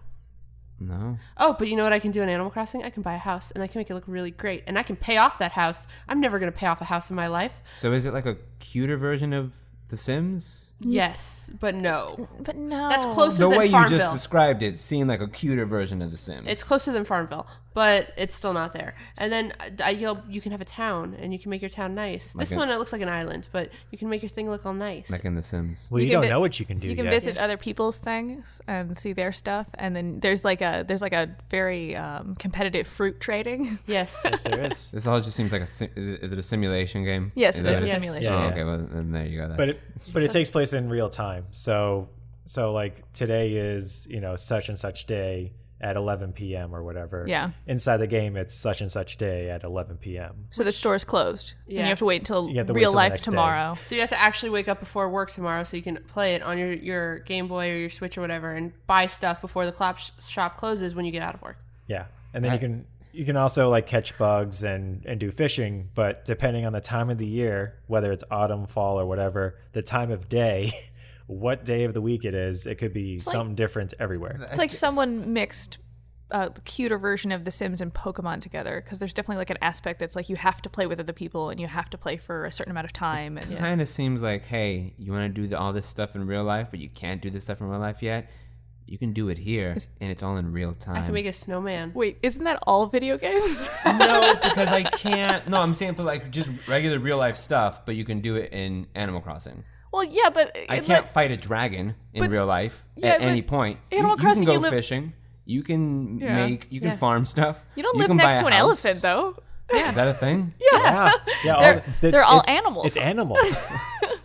No.
Oh, but you know what I can do in Animal Crossing? I can buy a house and I can make it look really great and I can pay off that house. I'm never going to pay off a house in my life.
So is it like a cuter version of The Sims?
Mm.
Yes, but no.
But no,
That's closer
the
than
way you
Farmville.
just described it seemed like a cuter version of The Sims.
it's closer than Farmville. but it's still not there. And then uh, I yell, you can have a town and you can make your town nice. this
Like a-
one, it looks like an island, but you can make your thing look all nice.
like in The Sims.
Well, you,
You can
don't
vi-
know what you can do.
you can
yet.
visit other people's things and see their stuff, and then there's like a there's like a very um, competitive fruit trading.
yes.
Yes, there is.
This all just seems like a. sim- Is it, is it a simulation game?
Yes,
it
it is a
Yes.
simulation.
Yeah.
Oh, okay. Well, then there you go. That's,
But it, but it takes place in real time. So so like today is you know such and such day at 11 p.m. or whatever.
Yeah.
Inside the game, it's such and such day at 11 p.m.
So the store's closed. and
Yeah.
you have to wait until
You have to wait
real
till the
life
next day.
tomorrow.
So you have to actually wake up before work tomorrow so you can play it on your, your Game Boy or your Switch or whatever and buy stuff before the clop sh- shop closes when you get out of work.
Yeah, and then you can you can also like catch bugs and and do fishing. But depending on the time of the year, whether it's autumn, fall, or whatever, the time of day, what day of the week it is, it could be
like-
something different everywhere.
It's like someone mixed a cuter version of The Sims and Pokemon together because there's definitely like an aspect that's like you have to play with other people and you have to play for a certain amount of time. And
kind of seems like, hey, you want to do the, all this stuff in real life, but you can't do this stuff in real life yet. You can do it here, and it's all in real time.
I can make a snowman.
wait, isn't that all video games?
no, because I can't. No, I'm saying, but like just regular real life stuff, but you can do it in Animal Crossing.
well, yeah, but
I
it-
can't fight a dragon in
But-
real life
yeah,
at any
but
point. You-
Animal
you,
Crossing,
can go
you live-
fishing. You can
Yeah.
make. You can
Yeah.
farm stuff.
you don't
You
live
can buy
next
a
to an
house.
elephant though.
Is that a thing?
Yeah, yeah. all
They're-
the-
they're all
it's-
animals.
It's animal.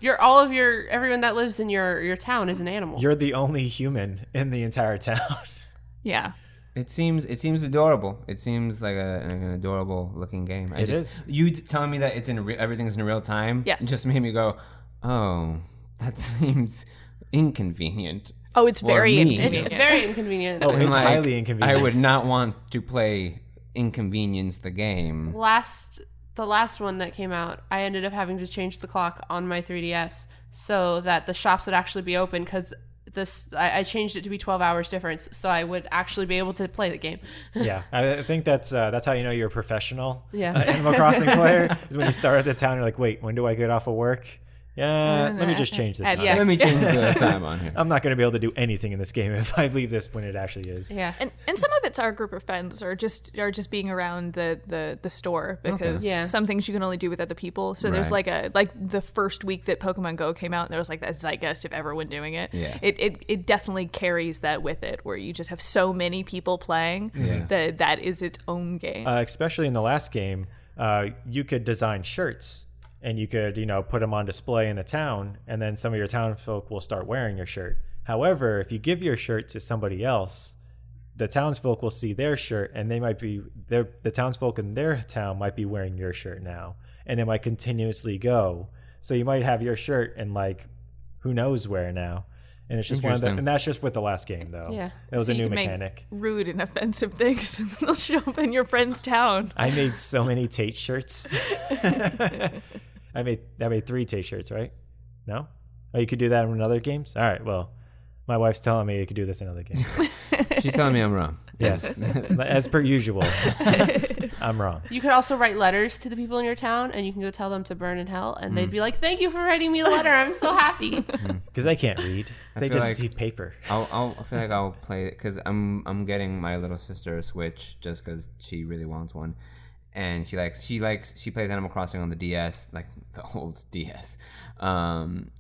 You're all of your everyone that lives in your your town is an animal.
You're the only human in the entire town.
Yeah.
It seems it seems adorable. It seems like a, an adorable looking game. I
It
just,
is.
You t- telling me that it's in re- everything's in real time.
Yes.
Just made me go, oh, that seems inconvenient.
Oh, it's
for
very
me."
inconvenient.
It's very inconvenient.
Oh, it's
Like,
highly inconvenient.
I would not want to play inconvenience the game.
last the last one that came out, I ended up having to change the clock on my 3DS so that the shops would actually be open because this I, I changed it to be 12 hours difference, so I would actually be able to play the game.
yeah, I I think that's uh, that's how you know you're a professional
Yeah.
uh, Animal Crossing player is when you start at the town. You're like, wait, when do I get off of work? Yeah, let me just change the
Add
time.
yeah.
Let me change the time on here.
I'm not going to be able to do anything in this game if I leave this when it actually is.
yeah.
And and some of it's our group of friends or just or just being around the the, the store because
Yeah.
some things you can only do with other people. So there's
Right.
like a like the first week that Pokemon Go came out, there was like that zeitgeist of everyone doing it.
Yeah.
It it, it definitely carries that with it where you just have so many people playing that that is its own game.
Uh, especially in the last game, uh, you could design shirts and you could, you know, put them on display in the town, and then some of your town folk will start wearing your shirt. However, if you give your shirt to somebody else, the townsfolk will see their shirt, and they might be their the townsfolk in their town might be wearing your shirt now, and it might continuously go. So you might have your shirt and like who knows where now, and it's just one of the,
Interesting.
and that's just with the last game though.
Yeah.
it was
So
a
you
new
can make
mechanic.
Rude and offensive things and they'll show up in your friend's town.
I made so many Tate shirts. I made I made three Tate shirts, right? No? Oh, you could do that in other games? All right, well, my wife's telling me you could do this in other games.
She's telling me I'm wrong.
yes. As per usual. I'm wrong.
You could also write letters to the people in your town and you can go tell them to burn in hell and
Mm.
they'd be like, Thank you for writing me a letter. I'm so happy.
Because they can't read.
I
They
feel
just
like-
see paper.
I'll, I'll I feel like I'll play it because I'm I'm getting my little sister a Switch just because she really wants one, and she likes she likes she plays Animal Crossing on the DS like the old DS. Um,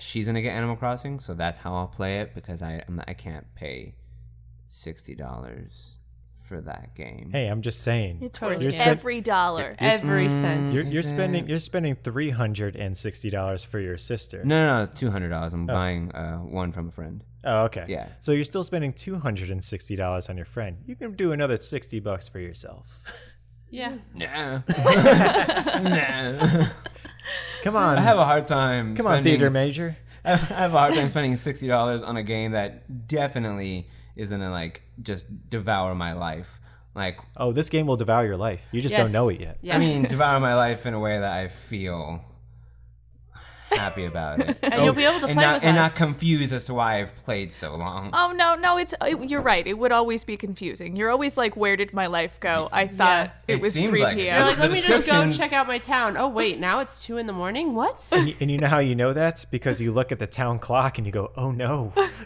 she's gonna get Animal Crossing, so that's how I'll play it because I I'm, not- I can't pay sixty dollars for that game.
Hey, I'm just saying.
It's
Totally.
worth
You're spend-
every dollar.
It's-
Every cent.
mm, You're, you're
Is
spending
it-
you're spending three hundred and sixty dollars for your sister.
No, no, no two hundred dollars.
Oh.
I'm buying uh, one from a friend.
Oh, okay.
Yeah.
So you're still spending two hundred and sixty dollars on your friend. You can do another sixty bucks for yourself.
Yeah.
Nah, nah.
Come on,
I have a hard time.
come on,
spending-
theater major.
I have a hard time spending sixty dollars on a game that definitely is gonna like just devour my life. Like
Oh, this game will devour your life. You just
Yes.
don't know it yet.
Yes.
I mean, devour my life in a way that I feel happy about it.
And you'll be able to
and
play
not,
with
and
us.
not confused as to why I've played so long.
Oh no, no, it's it, you're right. It would always be confusing. You're always like, where did my life go? I thought it,
It
was
seems
three
like it.
p.m.
You're
Yeah,
like,
the
let me just go
descriptions-
check out my town. Oh wait, now it's two in the morning. What?
And you, and you know how you know that? Because you look at the town clock and you go, oh no,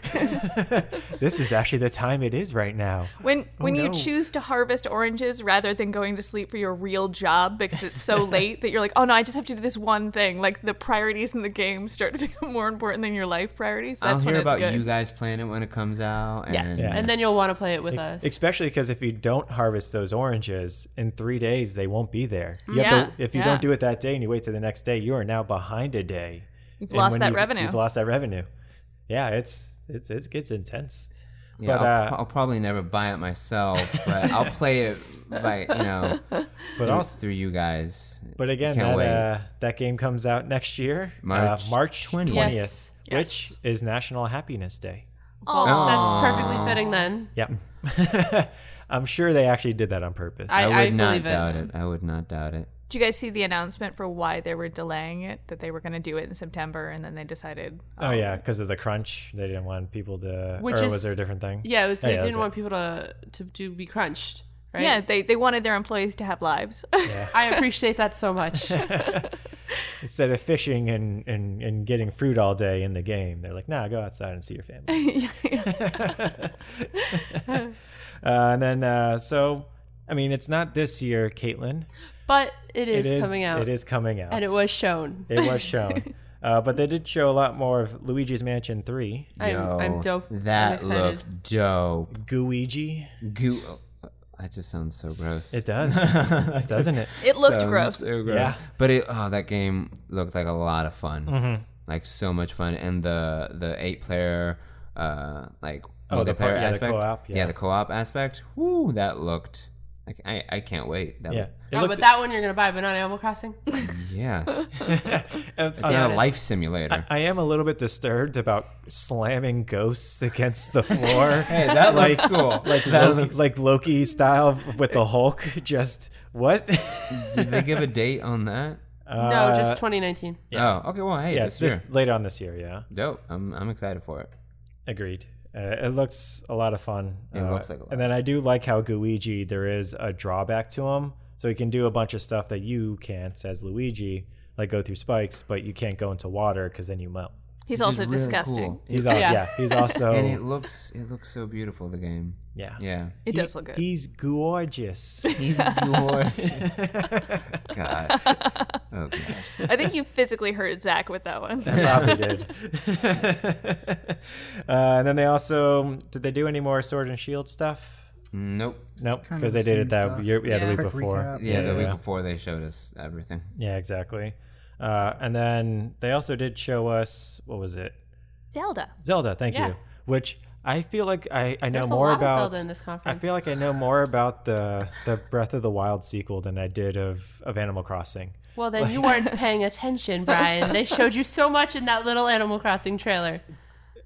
this is actually the time it is right now.
when
"Oh,
when you
no.
choose to harvest oranges rather than going to sleep for your real job because it's so late that you're like, oh no, I just have to do this one thing. Like the priorities in the game start to become more important than your life priorities.
I'll
That's
hear
when it's
about
good.
you guys playing it when it comes out. And
Yes.
Yeah.
And then you'll want to play it with us.
Especially because if you don't harvest those oranges in three days, they won't be there. You have to,
Yeah,
if you
yeah.
don't do it that day and you wait till the next day, you are now behind a day. You've
lost that revenue.
You've lost that revenue. Yeah, it's it's it's gets intense.
Yeah,
But,
I'll,
uh,
I'll probably never buy it myself, but I'll play it by you know
But
through,
also,
through you guys.
but again,
can't
that
wait.
uh, that game comes out next year,
March
uh, March twentieth,
20th.
Yes.
which is National Happiness Day.
Well,
Aw.
that's perfectly fitting then.
Yep.
Hmm.
I'm sure they actually did that on purpose.
I-
I would not
believe it.
doubt it. I would not doubt it.
Did you guys see the announcement for why they were delaying it? That they were going to do it in September, and then they decided. uh,
oh yeah, because of the crunch, they didn't want people to.
Which
or
is-
was there a different thing?
Yeah, it was,
Yeah,
they
that was
didn't
it.
want people to, to to be crunched, right?
Yeah, they, they wanted their employees to have lives.
I appreciate that so much.
Instead of fishing and, and, and getting fruit all day in the game, they're like, nah, go outside and see your family. Uh, and then, uh, so, I mean, it's not this year, Caitlin.
But it is, coming out,
It is coming out.
and it was shown.
It was shown. uh, but they did show a lot more of Luigi's Mansion 3,
I'm, I'm dope. I'm
That
excited.
looked dope.
Guigi.
Goo. That just sounds so gross.
It does, doesn't it?
it looked
Sounds
gross.
so gross.
Yeah.
But it, oh, that game looked like a lot of fun.
Mm-hmm.
Like so much fun, and the the eight player, uh, like
Oh, the
multiplayer
par- yeah, the
aspect.
co-op, yeah.
the co-op aspect. Woo, that looked. Like, I I can't wait. That
Yeah. It
Oh,
looked,
but that one you're gonna buy, but not Animal Crossing.
yeah.
uh,
It's not a
honest.
life simulator.
I am a little bit disturbed about slamming ghosts against the floor.
Hey, that
like-
looked cool. Like that
Loki,
looked,
like Loki style with the Hulk. Just what?
did they give a date on that?
no,
Uh,
just 2019.
Yeah.
Oh, okay. Well, hey,
yeah,
this
this
year.
later on this year. Yeah,
dope. I'm I'm excited for it.
agreed. Uh, it looks a lot of fun.
It
Uh,
looks like a lot.
And then I do like how Luigi there is a drawback to him, so he can do a bunch of stuff that you can't as Luigi, like go through spikes, but you can't go into water because then you melt.
He's
Which is
also
really
disgusting.
cool.
He's also,
Yeah.
yeah. He's also
And it looks it looks so beautiful. The game.
yeah.
Yeah.
It does look good.
He's gorgeous.
He's gorgeous. God. Oh God.
I think you physically hurt Zach with that one.
Probably did. uh, and then they also did they do any more Sword and Shield stuff?
Nope.
Nope,
kind of
because they
the
did it
same
that
stuff.
year, yeah, the
Yeah.
week
Quick
before.
recap.
Yeah, the week
yeah.
before they showed us everything.
Yeah, exactly. Uh, and then they also did show us what was it?
Zelda.
Zelda. Thank
Yeah.
you. Which I feel like I, I know
There's a
more
lot
about.
of Zelda in this
I
conference.
feel like I know more about the the Breath of the Wild sequel than I did of of Animal Crossing.
well, then you weren't paying attention, Brian. They showed you so much in that little Animal Crossing trailer.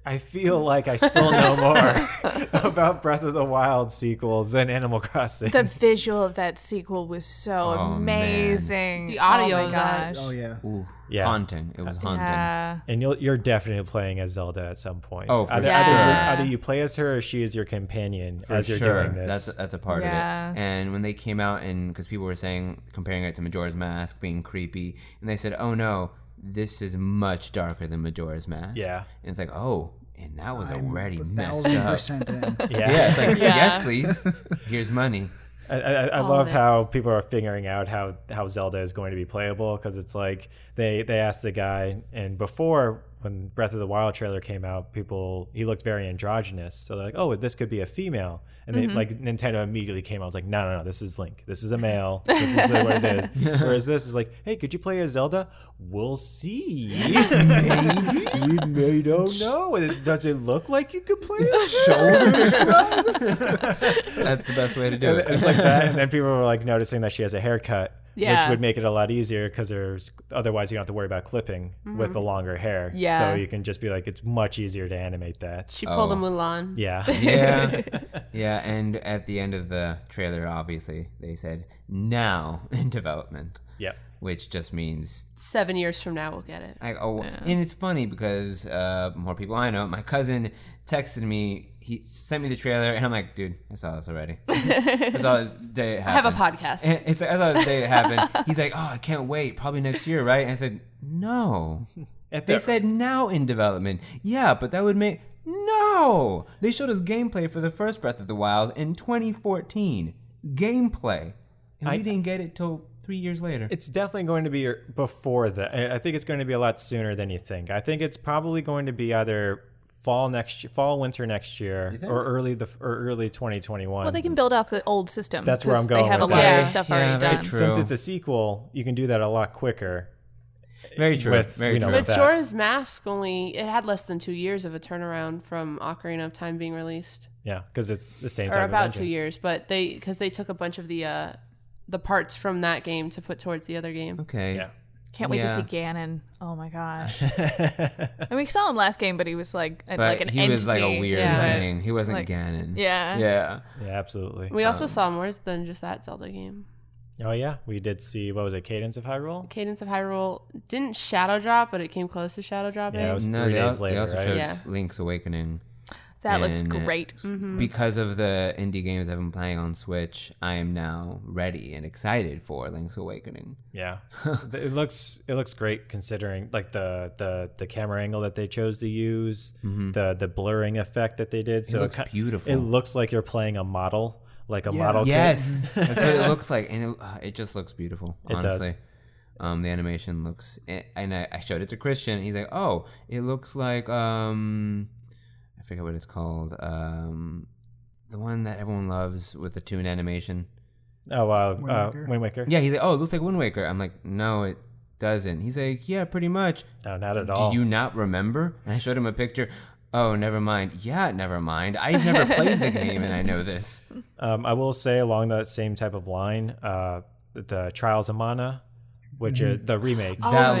I feel
Mm.
like I still know more about Breath of the Wild sequel than Animal Crossing.
The visual of that sequel was so
Oh, man.
amazing.
The audio
oh my
of that-
gosh.
Oh yeah.
Ooh,
Yeah.
haunting. It was haunting.
yeah.
And you'll, you're definitely playing as Zelda at some point.
Oh, for
either,
sure.
either, you-
Yeah.
either you play as her or she is your companion
for
as you're
sure.
doing this.
That's uh, that's a part
Yeah.
of it. And when they came out and because people were saying comparing it to Majora's Mask being creepy, and they said, "Oh no, this is much darker than Majora's Mask."
Yeah.
and it's like, oh, and that was
I'm
already
a
messed
thousand
up.
percent in.
yeah.
Yeah, it's like
Yeah.
yes, please. Here's money.
I, I, I love
man.
how people are figuring out how, how Zelda is going to be playable because it's like they, they asked the guy, and before when Breath of the Wild trailer came out, people he looked very androgynous, so they're like, oh, this could be a female, and they, like Nintendo immediately came out was like, no, no, no, this is Link, this is a male, this is what it is. Whereas this is like, hey, could you play as Zelda? We'll see. Maybe we may don't know. It- Does it look like you could play as
Shoulders. that's the best way to do it.
it's like that, and then people were like noticing that she has a haircut, which
Yeah.
would make it a lot easier because there's otherwise you don't have to worry about clipping with the longer hair.
Mm-hmm. Yeah.
so you can just be like, it's much easier to animate that.
She pulled a
Oh.
Mulan.
Yeah,
yeah yeah and at the end of the trailer obviously they said now in development,
Yep.
which just means
Seven years from now, we'll get it.
I, oh, and it's funny because uh, more people I know. My cousin texted me. He sent me the trailer, and I'm like, dude, I saw this already. I saw this day. It
I have a
happened.
podcast.
And it's like, I saw this day it happened. He's like, oh, I can't wait. Probably next year, right? And I said, no.
At
They
the-
said now in development. Yeah, but that would make no. They showed us gameplay for the first Breath of the Wild in 2014. Gameplay, and
I-
we didn't get it till three years later.
It's definitely going to be before that. I I think it's going to be a lot sooner than you think. I think it's probably going to be either fall next year, fall winter next year,
think?
or early the or early 2021.
Well, they can build off the old system.
That's where I'm
'cause They
going
have
with
a lot
that.
of
Yeah.
the stuff
Yeah,
already
very
done.
true.
Since it's a sequel, you can do that a lot quicker.
very true.
with,
very
you know,
true.
But
that.
Jorah's Mask only it had less than two years of a turnaround from Ocarina of Time being released,
Yeah, because it's the same
or
type
about
of
two
engine.
years. But they because they took a bunch of the uh, the parts from that game to put towards the other game.
okay.
Yeah.
Can't wait
Yeah.
to see Ganon. Oh my gosh. I mean, we saw him last game, but he was like a-
But
like an
he
entity.
was like a weird
Yeah.
thing. He wasn't
Like-
Ganon.
Yeah.
Yeah.
Yeah, absolutely.
We also saw more than just that Zelda game.
Oh yeah, we did see what was it, Cadence of Hyrule?
Cadence of Hyrule didn't shadow drop, but it came close to shadow dropping.
Yeah, it was
no,
three
they,
days
al-
later,
they also
right?
showed
Yeah.
Link's Awakening.
That looks
And, uh,
great.
Because of the indie games I've been playing on Switch, I am now ready and excited for Link's Awakening.
Yeah, Th- it looks it looks great considering like the the the camera angle that they chose to use, the the blurring effect that they did. So
Mm-hmm. looks
ki-
beautiful.
It looks like you're playing a model, like a
Yeah.
model. kit.
Yes, that's what it looks like, and it, uh, it just looks beautiful.
It does.
Honestly, Um, the animation looks, and and I, I showed it to Christian. He's like, "Oh, it looks like um, I forget what it's called, um, the one that everyone loves with the tune animation."
Oh, uh, Wind uh,
Waker.
Wind Waker.
Yeah, he's like, "Oh, it looks like Wind Waker." I'm like, "No, it doesn't." He's like, "Yeah, pretty much."
No, not at all.
Do you not remember? And I showed him a picture. Oh, never mind. Yeah, never mind. I've never played the game, and I know this.
Um, I will say along that same type of line, uh, the Trials of Mana, which is the remake.
that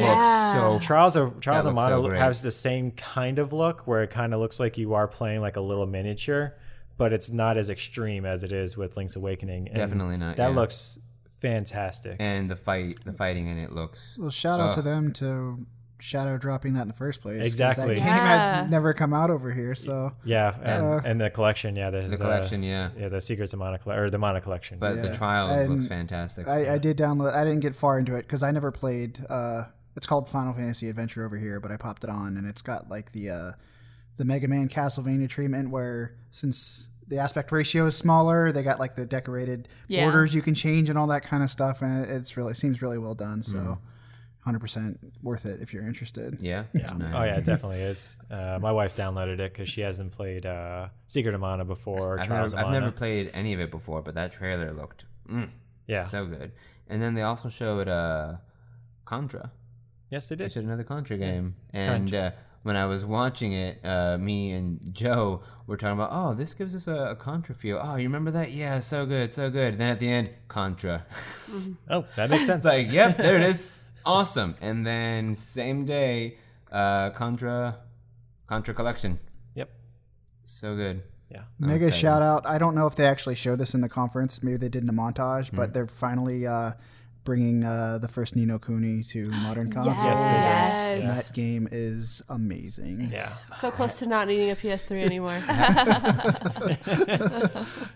looks
yeah.
so.
Trials of Trials
That
of
looks so
Mana
great.
has the same kind of look where it kind of looks like you are playing like a little miniature, but it's not as extreme as it is with Link's Awakening. And
Definitely not,
That
yeah.
looks fantastic.
and the fight, the fighting in it looks.
Well, shout out to them to shadow dropping that in the first place. 'cause
Exactly.
That game
Yeah.
has never come out over here, so
yeah, and,
Uh,
and the collection, yeah, the,
The collection, yeah.
uh, yeah, the Secrets of Mana colle- or the Mana collection.
But the
Yeah.
trials looks
And
fantastic.
I, I did download. I didn't get far into it because I never played. Uh, it's called Final Fantasy Adventure over here, but I popped it on and it's got like the uh, the Mega Man Castlevania treatment, where since the aspect ratio is smaller, they got like the decorated
Yeah.
borders you can change and all that kind of stuff, and it, it's really it seems really well done. So.
Mm.
100% worth it if you're interested.
yeah.
Oh yeah, it definitely is. Uh, my wife downloaded it because she hasn't played uh, Secret of Mana before. or
I've
Trials
never,
of
I've
Mana.
never played any of it before, but that trailer looked mm,
Yeah.
so good. And then they also showed uh, Contra.
yes, they
They
did.
showed another Contra game, and uh, when I was watching it, uh, me and Joe were talking about, oh, this gives us a, a Contra feel. Oh, you remember that? Yeah, so good, so good. Then at the end, Contra.
Oh, that makes sense.
like, yep, there it is. Awesome. And then same day, uh, Contra, Contra Collection.
yep.
So good.
Yeah.
Mega
excited.
shout out. I don't know if they actually showed this in the conference. Maybe they did in a montage,
Hmm.
but they're finally uh, bringing uh, the first Nino Kuni to modern consoles.
Yes.
And That game is amazing.
Yeah.
So close to not needing a PS3 anymore.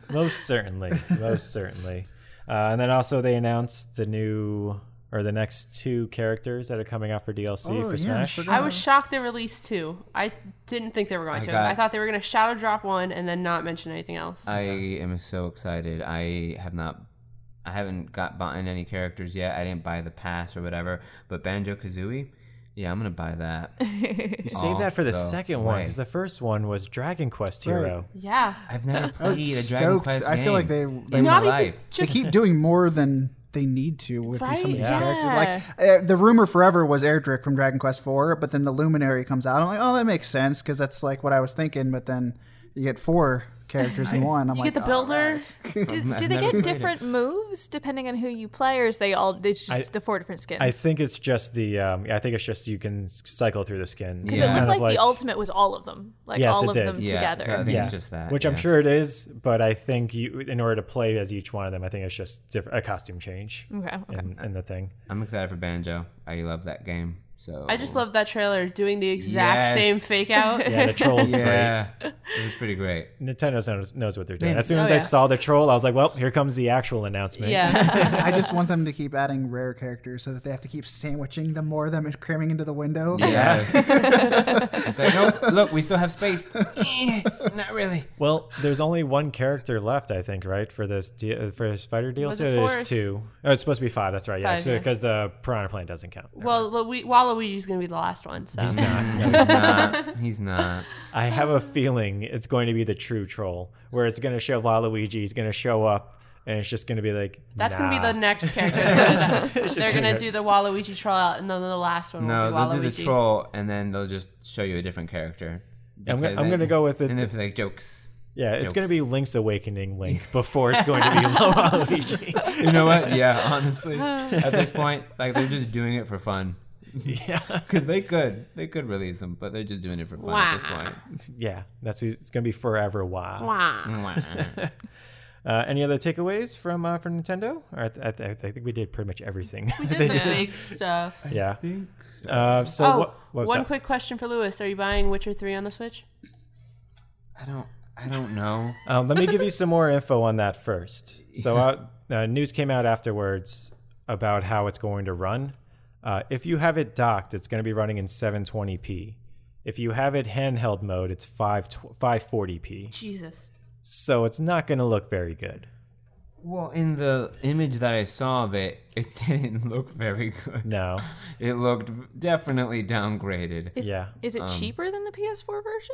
most certainly most certainly uh, and then also they announced the new or the next two characters that are coming out for dlc
Oh,
for
yeah,
smash
forgot.
I was shocked they released two. I didn't think they were going
I
to.
got- Uh,
I thought they were going to shadow drop one and then not mention anything else.
I am so excited. I have not, I haven't got bought in any characters yet. I didn't buy the pass or whatever. But Banjo Kazooie, yeah, I'm gonna buy that.
save that for the
Oh,
second one
way.
because the first one was dragon quest
Right.
hero
yeah.
I've never
I
played
was
a Dragon
stoked.
Quest
I feel like they
game
they,
in my
Not even-
life.
they
Just
keep doing more than they need to with these- some
Right,
of these
yeah.
characters. Like uh, the rumor forever was Erdrick from Dragon Quest IV, but then the Luminary comes out. I'm like, oh, that makes sense because that's like what I was thinking. But then you get four characters in one. I'm
You
like,
get
"Oh,
the
"All
builder.
right."
Do, do they get different moves depending on who you play, or is they all it's just
I-
the four different skins?
I think it's just the. Um, I think it's just you can s- cycle through the skins.
Because
It's
it
Yeah.
looked
kind
like,
of
the ultimate was all of them, like
Yes,
all
it
of
did.
them
Yeah, so I
together.
think it's just that.
which I'm
yeah.
sure it is, but I think you, in order to play as each one of them, I think it's just diff- a costume change
okay, okay.
in, in the thing.
I'm excited for Banjo. I love that game. So
I just love that trailer doing the exact
Yes.
same fake out.
Yeah, the troll's
Yeah, it was pretty great.
great. Nintendo knows, knows what they're doing.
They-
As soon
Oh,
as
yeah.
I saw the troll, I was like, "Well, here comes the actual announcement."
Yeah.
I just want them to keep adding rare characters so that they have to keep sandwiching the more of them and cramming into the window.
Yes. it's like, no, look, we still have space. Eh, Not really.
Well, there's only one character left, I think, right for this D- uh, for this fighter DLC.
it four?
There's two. Oh, it's supposed to be five. That's right. Yeah,
Five, yeah.
because the piranha plant doesn't count. Never mind.
well, Lu- Waluigi's gonna be the last one. So
he's not.
Mm, He's not. He's not.
I
uh,
have a feeling it's going to be the true troll, where it's going to show Waluigi. He's going to show up, and it's just going to be like
that's gonna be
"Nah."
the next character. They're gonna,
It's just
they're gonna
it.
do the Waluigi troll out, and then the last one will
No,
be
they'll do
Waluigi.
the troll, and then they'll just show you a different character.
I'm go-
Because
I'm
then-
gonna go with it-
And if like jokes.
Yeah, it's going to be
Jokes.
Link's Awakening Link before it's going to be Waluigi.
You know what? Yeah, honestly, at this point, like they're just doing it for fun.
yeah,
Because they could, they could release them, but they're just doing it for fun at this
Wah.
point.
yeah, that's it's going to be forever. Wow.
Mm.
Wah.
Uh, any other takeaways from uh, from Nintendo? Or I, th- I, th- I think we did pretty much everything.
We did the big stuff.
yeah.
think so.
Uh, so
Oh, one
what, what's up?
quick question for Lewis: Are you buying Witcher Three on the Switch?
I don't, I don't know.
Um, let me give you some more info on that first. So, uh, uh, news came out afterwards about how it's going to run. Uh, if you have it docked, it's going to be running in 720p. If you have it handheld mode, it's 5 540p.
Jesus.
So it's not going to look very good.
Well, in the image that I saw of it, it didn't look very good.
No,
It looked definitely downgraded.
Is,
Yeah.
is
Um,
it cheaper than the PS4 version?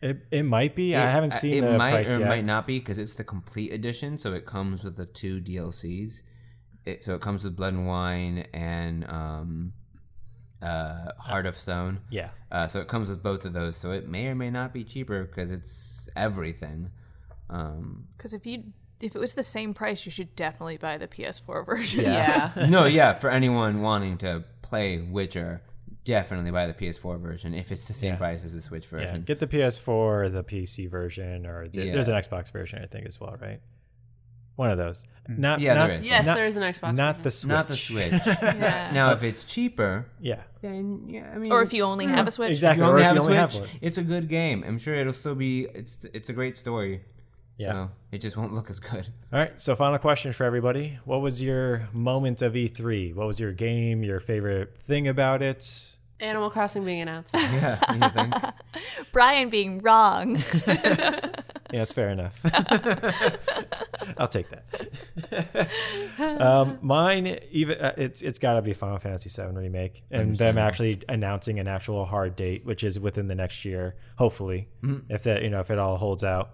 it, it might be. I haven't
It- uh,
seen
it
the
might
price
or it
yet.
might not be because it's the complete edition, so it comes with the two DLCs. It, so it comes with Blood and Wine and um, uh, Heart of Stone.
Yeah,
Uh, so it comes with both of those. So it may or may not be cheaper because it's everything. Um,
Because if you if it was the same price, you should definitely buy the PS4 version.
Yeah.
no, yeah, for anyone wanting to play Witcher, definitely buy the PS4 version if it's the same price as the Switch
yeah.
version.
Get the PS4 or the PC version, or th-
Yeah.
there's an Xbox version, I think, as well, right? One of those. Not,
Yeah,
not,
there is.
yes,
not-
there is an Xbox.
Not the
version.
Switch.
Not the Switch.
Yeah.
now, if it's cheaper,
Yeah.
then yeah, I mean,
Or if you only have a Switch.
Exactly.
you only
or
have
if
a
you only have
Switch,
one.
it's a good game. I'm sure it'll still be. It's it's a great story.
Yeah.
So it just won't look as good.
All right. So, final question for everybody. What was your moment of E3? What was your game, your favorite thing about it?
Animal Crossing being announced.
Yeah. you think?
Brian being wrong.
Yeah, that's fair enough. I'll take that. um, mine, even uh, it's it's got to be Final Fantasy VII remake, and them actually announcing an actual hard date, which is within the next year, hopefully, if that you know if it all holds out.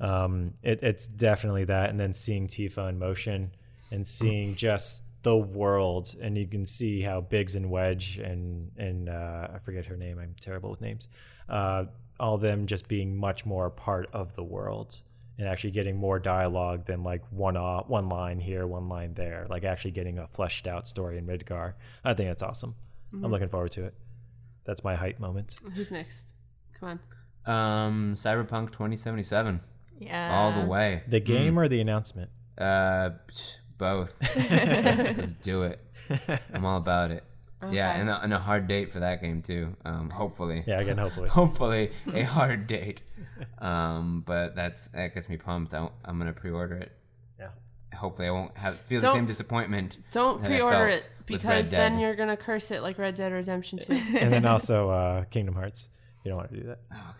Um, it, it's definitely that, and then seeing Tifa in motion and seeing just the world, and you can see how Biggs and Wedge and and uh, I forget her name. I'm terrible with names. Uh, all them just being much more a part of the world and actually getting more dialogue than like one uh, one line here, one line there. Like actually getting a fleshed out story in Midgar. I think that's awesome. I'm looking forward to it. That's my hype moment.
Who's next? Come on.
Um, Cyberpunk 2077,
yeah.
all the way.
The game or the announcement?
Uh, psh, both. let's, let's do it. I'm all about it. Yeah,
Okay.
and a, and a hard date for that game too. Um, hopefully.
Yeah, again, hopefully.
Hopefully a hard date. Um, but that's that gets me pumped. I, I'm gonna pre-order it.
Yeah.
Hopefully, I won't have feel the
Don't-
same disappointment.
Don't
that I
pre-order
felt
it
with Red
because then
Dead.
you're gonna curse it like Red Dead Redemption 2.
And then also uh, Kingdom Hearts. You don't want to do that.
Oh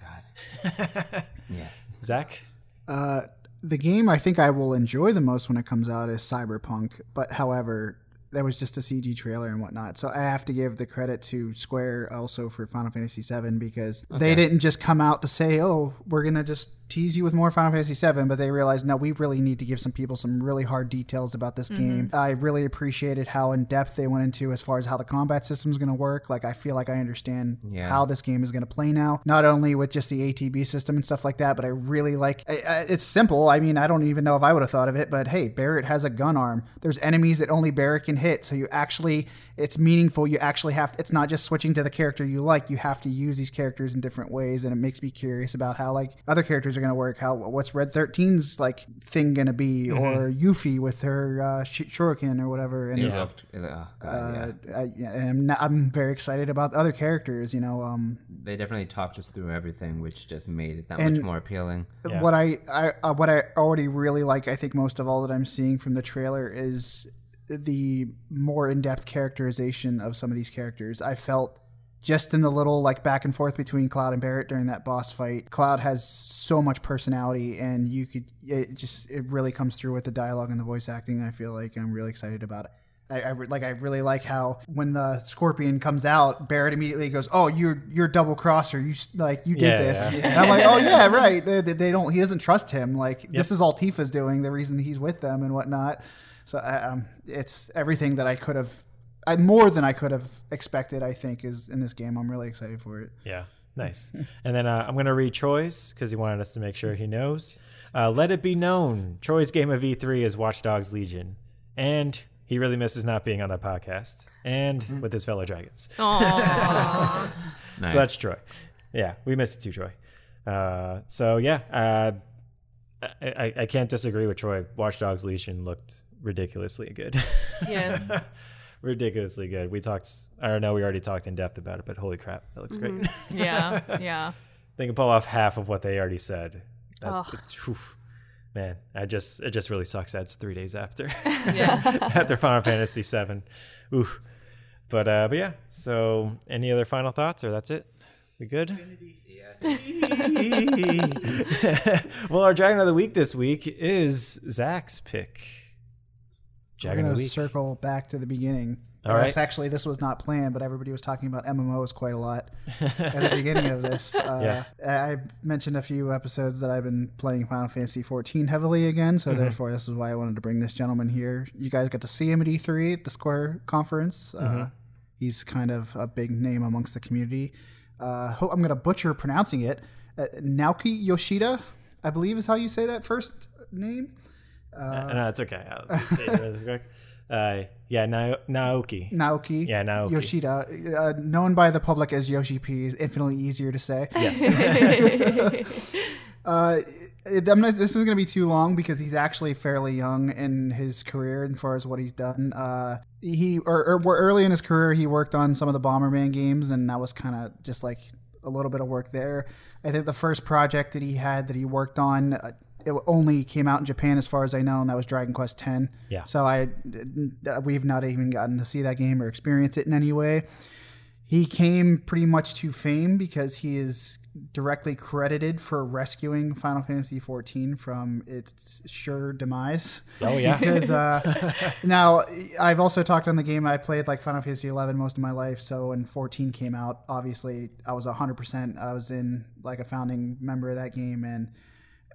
God. yes.
Zach?
Uh, the game I think I will enjoy the most when it comes out is Cyberpunk, but however, that was just a CG trailer and whatnot. So I have to give the credit to Square also for Final Fantasy VII because they didn't just come out to say, "Oh, we're gonna just tease you with more Final Fantasy VII, but they realized no, we really need to give some people some really hard details about this game. I really appreciated how in depth they went into as far as how the combat system's going to work. Like I feel like I understand
Yeah.
how this game is going to play now, not only with just the ATB system and stuff like that, but I really like I, I, it's simple. I mean, I don't even know if I would have thought of it, but hey, Barrett has a gun arm. There's enemies that only Barrett can hit, so you actually it's meaningful. You actually have it's not just switching to the character you like. You have to use these characters in different ways, and it makes me curious about how like other characters are going to work. How what's Red 13's like thing going to be, or Yuffie with her uh, sh- shuriken or whatever, and
It looked. It, oh god, yeah.
uh, I, yeah, and I'm, not, I'm very excited about the other characters. You know, um,
They definitely talked us through everything, which just made it that
And-
much more appealing.
Yeah.
what I, I uh, what I already really like, I think most of all that I'm seeing from the trailer is the more in-depth characterization of some of these characters. I felt just in the little like back and forth between Cloud and Barrett during that boss fight, Cloud has so much personality, and you could it just it really comes through with the dialogue and the voice acting. I feel like and I'm really excited about it. I, I re- like I really like how when the scorpion comes out, Barrett immediately goes, "Oh, you're you're double crosser. You s- like you did
Yeah,
this."
yeah.
And I'm like, "Oh yeah, right." They, they- they don't. He doesn't trust him. Like this is all Tifa's doing. The reason he's with them and whatnot. So I, um, it's everything that I could have, I, more than I could have expected. I think is in this game. I'm really excited for it.
Yeah, nice. and then uh, I'm going to read Troy's because he wanted us to make sure he knows. Uh, Let it be known Troy's game of E3 is Watch Dogs Legion. And he really misses not being on that podcast and with his fellow dragons.
Aw.
Nice.
So that's Troy. Yeah, we missed it too, Troy. Uh, so yeah, uh, I, I, I can't disagree with Troy. Watch Dogs Legion looked ridiculously good.
Yeah.
ridiculously good. We talked, I don't know, we already talked in depth about it, but holy crap, that looks great.
yeah, yeah.
they can pull off half of what they already said. That's,
Ugh.
it's, oof. man, I just it just really sucks. That's three days after
Yeah.
after Final Fantasy VII. Oof. But uh, but yeah. So any other final thoughts, or that's it? We good? well, our dragon of the week this week is Zach's pick.
We're
Dragon of
gonna
the week.
circle back to the beginning.
All
Yes,
right.
Actually, this was not planned, but everybody was talking about MMOs quite a lot at the beginning of this. Uh,
Yes.
I I mentioned a few episodes that I've been playing Final Fantasy 14 heavily again,
Mm-hmm.
so therefore this is why I wanted to bring this gentleman here. You guys got to see him at E3 at the Square conference.
Mm-hmm.
Uh, he's kind of a big name amongst the community. Uh, ho- I'm going to butcher pronouncing it. Uh, Naoki Yoshida, I believe, is how you say that first name.
Uh, no, it's okay. I'll just say it really quick. Uh, yeah, Na- Naoki.
Naoki.
Yeah, Naoki.
Yoshida, uh, known by the public as Yoshi P, is infinitely easier to say.
Yes.
Uh, it, I'm not, this is going to be too long because he's actually fairly young in his career and far as what he's done. Uh, he or, or were- early in his career he worked on some of the Bomberman games, and that was kind of just like a little bit of work there. I think the first project that he had that he worked on. Uh, it only came out in Japan, as far as I know, and that was Dragon Quest X.
Yeah.
So I, we've not even gotten to see that game or experience it in any way he came pretty much to fame because he is directly credited for rescuing Final Fantasy XIV from its sure demise.
Oh yeah.
Because uh, now I've also talked on the game. I played like Final Fantasy eleven most of my life. So when fourteen came out, obviously I was hundred percent. I was in like a founding member of that game, and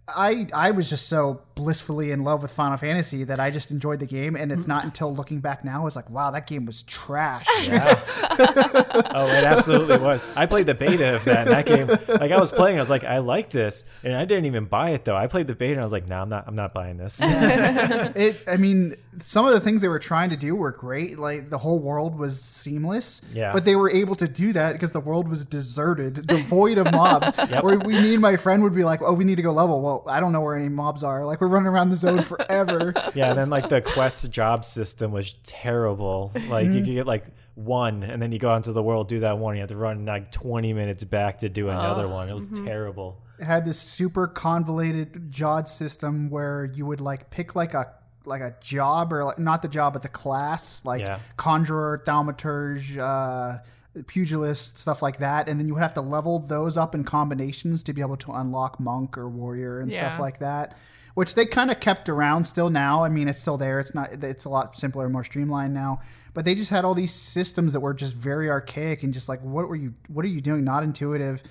I I was just so blissfully in love with Final Fantasy that I just enjoyed the game. And it's not until looking back now, it's like wow, that game was trash.
Oh, it absolutely was. I played the beta of that, and that game. Like I was playing, I was like, I like this, and I didn't even buy it though. I played the beta, and I was like, No, I'm not. I'm not buying this.
it i mean some of the things they were trying to do were great like the whole world was seamless
Yeah.
but they were able to do that because the world was deserted devoid of mobs where we me and my friend would be like oh we need to go level well i don't know where any mobs are like we're running around the zone forever
Yeah, and then like the quest job system was terrible. Like
Mm-hmm.
you could get like one, and then you go out into the world, do that one, you have to run like 20 minutes back to do another one.
Oh,
It was
mm-hmm.
terrible.
It had this super convoluted jod system where you would like pick like a like a job or like, not the job but the class like
Yeah.
conjurer thaumaturge uh pugilist stuff like that and then you would have to level those up in combinations to be able to unlock monk or warrior and
Yeah.
stuff like that which they kind of kept around still now i mean it's still there it's not it's a lot simpler and more streamlined now but they just had all these systems that were just very archaic and just like what were you what are you doing not intuitive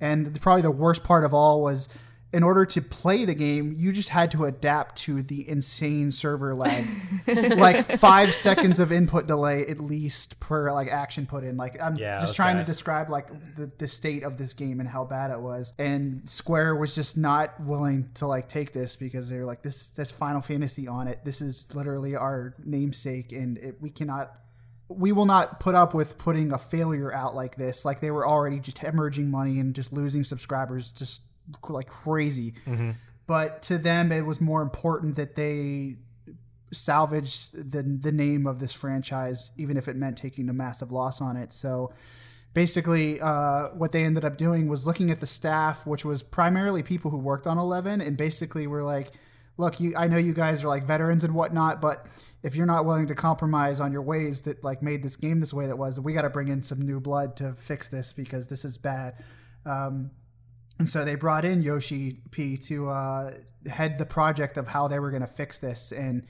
and the, probably the worst part of all was in order to play the game, you just had to adapt to the insane server lag. like five seconds of input delay at least per like action put in. Like I'm
Yeah,
just
okay.
trying to describe like the, the state of this game and how bad it was. And Square was just not willing to like take this because they were like, this that's Final Fantasy on it. This is literally our namesake, and it, we cannot we will not put up with putting a failure out like this. Like they were already just hemorrhaging money and just losing subscribers just c- like crazy. But to them, it was more important that they salvaged the the name of this franchise, even if it meant taking a massive loss on it. So basically, uh, what they ended up doing was looking at the staff, which was primarily people who worked on Eleven, and basically were like, "Look, you, I know you guys are like veterans and whatnot, but if you're not willing to compromise on your ways that like made this game this way that was, we got to bring in some new blood to fix this because this is bad." Um, and so they brought in Yoshi P to uh, head the project of how they were going to fix this. And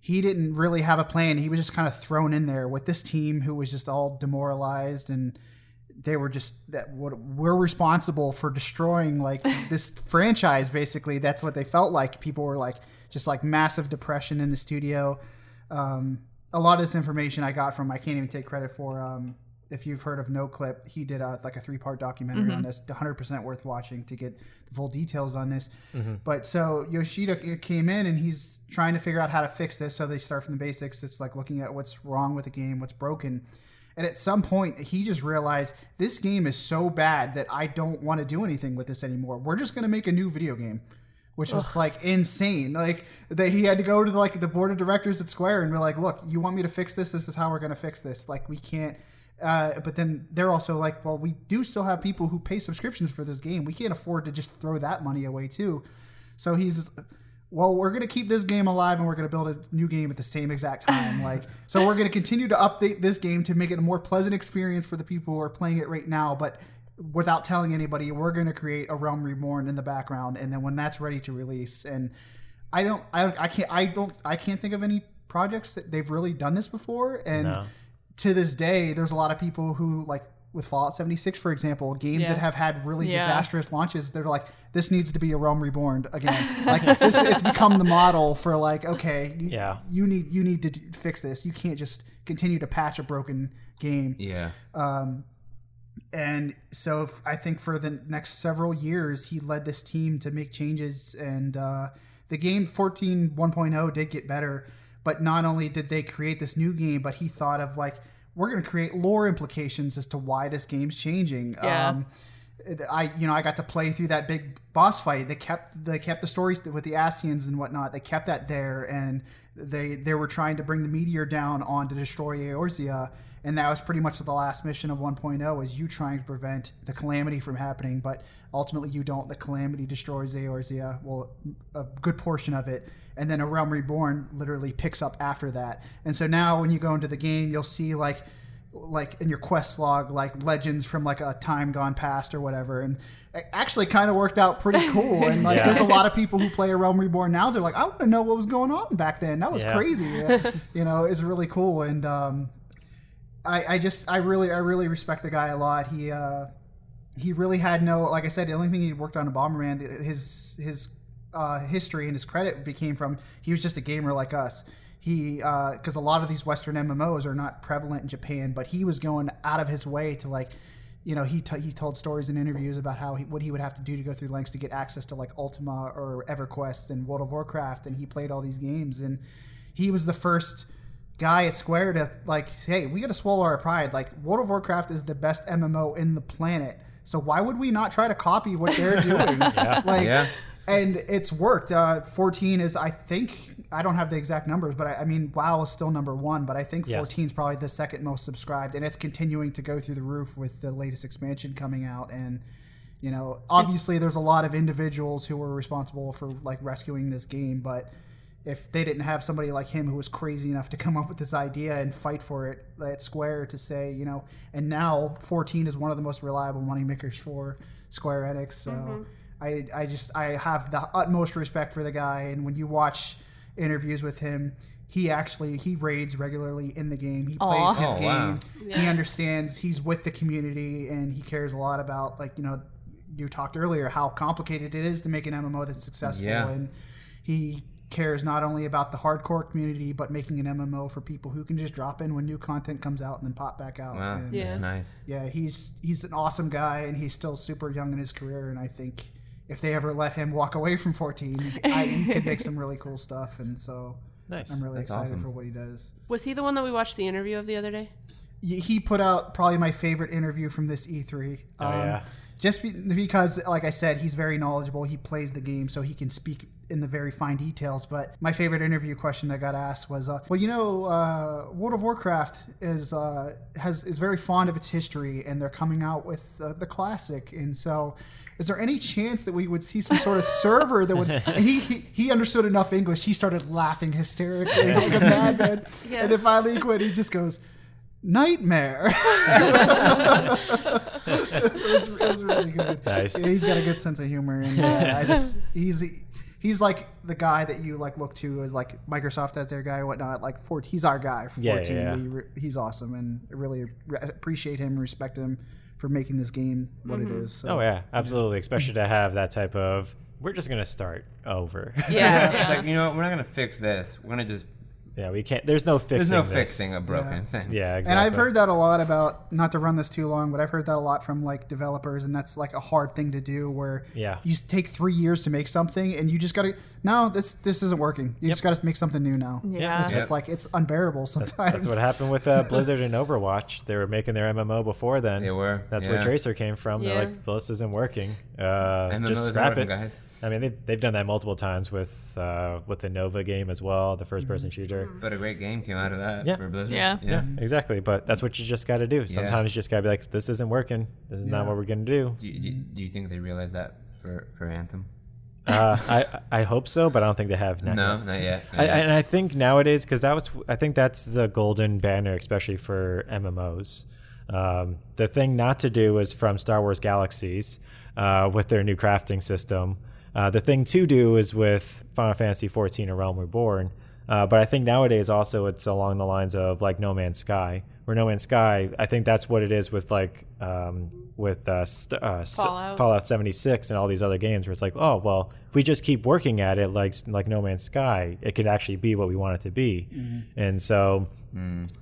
he didn't really have a plan. He was just kind of thrown in there with this team who was just all demoralized and they were just that what we're responsible for destroying like this franchise basically that's what they felt like people were like just like massive depression in the studio um, a lot of this information i got from i can't even take credit for um, if you've heard of no clip he did a, like a three part documentary on this 100% worth watching to get the full details on this but so yoshida came in and he's trying to figure out how to fix this so they start from the basics it's like looking at what's wrong with the game what's broken and at some point, he just realized this game is so bad that I don't want to do anything with this anymore. We're just going to make a new video game, which was like insane. Like that he had to go to like the board of directors at Square and be like, "Look, you want me to fix this? This is how we're going to fix this. Like we can't." Uh, but then they're also like, "Well, we do still have people who pay subscriptions for this game. We can't afford to just throw that money away too." So he's just, well, we're going to keep this game alive and we're going to build a new game at the same exact time. Like, so we're going to continue to update this game to make it a more pleasant experience for the people who are playing it right now, but without telling anybody, we're going to create a Realm Reborn in the background and then when that's ready to release and I don't I don't I can't I don't I can't think of any projects that they've really done this before and
No.
to this day, there's a lot of people who like with Fallout 76, for example, games
Yeah.
that have had really
Yeah.
disastrous launches, they're like, this needs to be a Realm Reborn again. like this, it's become the model for like, okay, you,
Yeah.
you need you need to d- fix this. You can't just continue to patch a broken game.
Yeah.
And so f- I think for the next several years, he led this team to make changes. And uh, the game 14 1.0 did get better. But not only did they create this new game, but he thought of like, we're going to create lore implications as to why this game's changing. Um,
Yeah.
I you know I got to play through that big boss fight. They kept they kept the stories with the Asians and whatnot. They kept that there, and they they were trying to bring the meteor down on to destroy Eorzea, and that was pretty much the last mission of 1.0 is you trying to prevent the calamity from happening, but ultimately you don't. The calamity destroys Eorzea, well, a good portion of it, and then a Realm Reborn literally picks up after that. And so now when you go into the game, you'll see like like in your quest log like legends from like a time gone past or whatever and it actually kind of worked out pretty cool and like
Yeah.
there's a lot of people who play a realm reborn now they're like i want to know what was going on back then that was
Yeah.
crazy Yeah. you know it's really cool and um I, I just I really I really respect the guy a lot. He uh, he really had no like I said the only thing he worked on in Bomberman th- his his uh, history and his credit became from he was just a gamer like us. He because a lot of these Western MMOs are not prevalent in Japan, but he was going out of his way to like you know he t- he told stories in interviews about how he, what he would have to do to go through lengths to get access to like Ultima or EverQuest and World of Warcraft, and he played all these games and he was the first guy at Square to like, hey, we got to swallow our pride. Like, World of Warcraft is the best MMO in the planet, so why would we not try to copy what they're doing? Like,
Yeah.
and it's worked. Uh, Fourteen is, I think, I don't have the exact numbers, but I, I mean, WoW is still number one, but I think
Yes.
fourteen is probably the second most subscribed, and it's continuing to go through the roof with the latest expansion coming out and. You know, obviously, there's a lot of individuals who were responsible for like rescuing this game, but if they didn't have somebody like him who was crazy enough to come up with this idea and fight for it at Square to say, you know, and now 14 is one of the most reliable moneymakers for Square Enix. So I, I just, I have the utmost respect for the guy. And when you watch interviews with him, he actually he raids regularly in the game. He plays
Aw.
his
Oh,
game.
wow.
He understands. He's with the community and he cares a lot about like you know you talked earlier how complicated it is to make an MMO that's successful,
Yeah.
and he cares not only about the hardcore community but making an MMO for people who can just drop in when new content comes out and then pop back out.
Wow,
And
Yeah.
that's nice.
yeah, he's he's an awesome guy, and he's still super young in his career. And I think if they ever let him walk away from 14, I, he could make some really cool stuff. And so
Nice.
I'm really
That's
excited
awesome.
for what he does.
Was he the one that we watched the interview of the other day?
Y- He put out probably my favorite interview from this E3.
Oh, yeah.
Just be- because, like I said, he's very knowledgeable. He plays the game, so he can speak in the very fine details. But my favorite interview question that got asked was, uh, "Well, you know, uh, World of Warcraft is uh, has is very fond of its history, and they're coming out with uh, the classic, and so." Is there any chance that we would see some sort of server that would? And he, he he understood enough English. He started laughing hysterically like a madman,
Yeah.
and then finally when he just goes, "Nightmare." it, was, it was really good.
Nice.
Yeah, he's got a good sense of humor, and uh, I just he's he's like the guy that you like look to as like Microsoft as their guy and whatnot. Like four, he's our guy. For
Yeah, yeah,
fourteen,
yeah.
We re- he's awesome, and I really re- appreciate him, respect him for making this game what it is. So.
Oh yeah, absolutely. Especially to have that type of we're just gonna start over.
Yeah.
It's like, you know what? We're not going to fix this. We're going to just.
yeah, we can't. There's no fixing.
There's no
this.
fixing a broken thing.
Yeah, exactly.
And I've heard that a lot about not to run this too long, but I've heard that a lot from like developers, and that's like a hard thing to do. Where
Yeah.
you s- take three years to make something, and you just gotta no, this this isn't working. You just gotta make something new now.
Yeah.
It's
Yeah.
just like it's unbearable sometimes.
That's what happened with uh, Blizzard and Overwatch. They were making their MMO before then.
They were,
That's where
yeah.
Tracer came from.
Yeah.
They're like, well, this isn't working. Uh,
MMOs
just
aren't
scrap
working,
it,
guys.
I mean, they, they've done that multiple times with uh, with the Nova game as well, the first-person shooter.
But a great game came out of that
Yeah.
for Blizzard.
Yeah.
Yeah, exactly. But that's what you just got to do. Sometimes you just got to be like, this isn't working. This is not
Yeah.
what we're gonna do.
Do, you- do, you- do you think they realize that for, for Anthem?
Uh, I I hope so, but I don't think they have. Not
No,
yet.
not yet. not
I, I-
yet.
and I think nowadays, because that was, I think that's the golden banner, especially for MMOs. Um, the thing not to do is from Star Wars Galaxies uh, with their new crafting system. Uh, the thing to do is with Final Fantasy XIV: A Realm Reborn. Uh, but I think nowadays also it's along the lines of like No Man's Sky, where No Man's Sky, I think that's what it is with like um, with uh, st- uh, s-
Fallout.
Fallout 76 and all these other games where it's like, oh, well, if we just keep working at it like like No Man's Sky, it could actually be what we want it to be. And so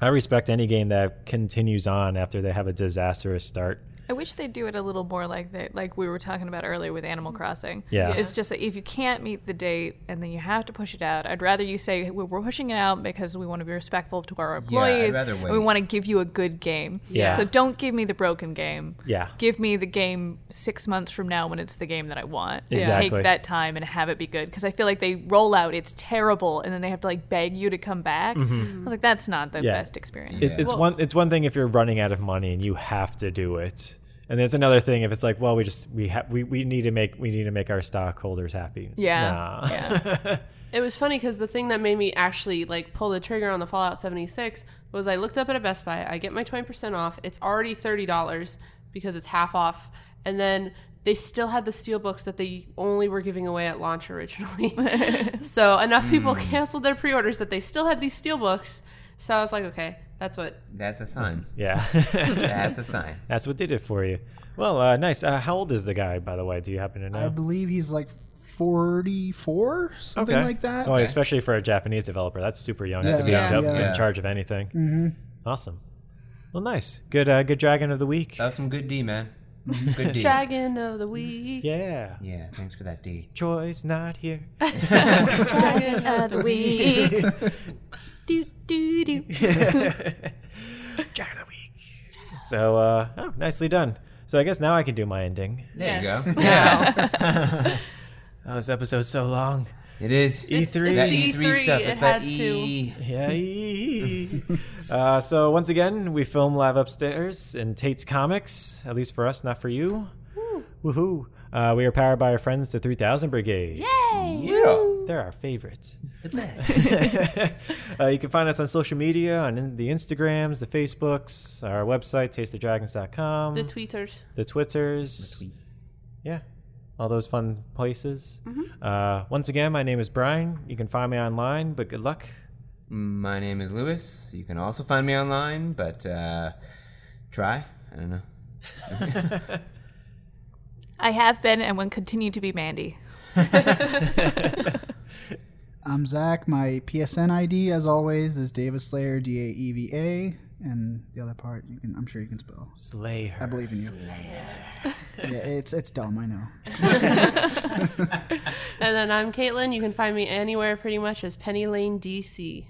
I respect any game that continues on after they have a disastrous start.
I wish they'd do it a little more like that, like we were talking about earlier with Animal Crossing.
Mm-hmm. Yeah.
It's just that if you can't meet the date and then you have to push it out, I'd rather you say "Well, we're pushing it out because we want to be respectful to our
Yeah, I'd
employees
rather
and
wait.
we want to give you a good game.
Yeah.
So don't give me the broken game.
Yeah.
Give me the game six months from now when it's the game that I want. And
Exactly.
Take that time and have it be good because I feel like they roll out it's terrible and then they have to like beg you to come back. I was like, that's not the
Mm-hmm. Yeah.
best experience.
It's, it's
Well-
one it's one thing if you're running out of money and you have to do it. And there's another thing if it's like, well, we just we have we, we need to make we need to make our stockholders happy. It's like,
Yeah.
nah.
Yeah.
It was funny because the thing that made me actually like pull the trigger on the Fallout 76 was I looked up at a Best Buy. I get my 20% off. It's already $30 because it's half off. And then they still had the steelbooks that they only were giving away at launch originally. so enough people
Hmm.
canceled their pre-orders that they still had these steelbooks. So I was like, okay, that's what.
That's a sign.
yeah.
That's a sign.
That's what did it for you. Well, uh, nice. Uh, how old is the guy, by the way? Do you happen to know?
I believe he's like 44, something like that.
Oh, especially for a Japanese developer, that's super young. That's to be
Yeah,
in-
yeah.
in charge of anything. Mm-hmm. Awesome. Well, nice. Good. Uh, good dragon of the week.
That was some good D, man. Good D.
Dragon of the week.
yeah.
Yeah, thanks for that D.
Joy's not here.
Dragon
of the week. do, do, do.
Dragon of the week. So, uh, oh, nicely done. So I guess now I can do my ending.
There
Yes.
you go.
Now.
Oh, this episode's so long.
It is.
E3.
That
It's
E3,
E3,
stuff.
it
It's that
had
E.
Yeah. uh, so once again, we film live upstairs in Tate's Comics. At least for us, not for you. Woohoo! Uh, we are powered by our friends, the 3000 Brigade.
Yeah.
They're our favorites. uh, you can find us on social media on in- the Instagrams, the Facebooks, our website, tasteofdragons.com,
the tweeters.
the Twitters. Yeah. All those fun places.
Mm-hmm.
Uh, once again, my name is Brian. You can find me online, but good luck.
My name is Lewis. You can also find me online, but uh, try. I don't know.
I have been and will continue to be Mandy.
I'm Zach. My PSN ID, as always, is David Slayer, D A E V A, and the other part you can, I'm sure you can spell.
Slay her.
I believe in you. Yeah, it's it's dumb. I know.
And then I'm Caitlin. You can find me anywhere pretty much as Penny Lane DC.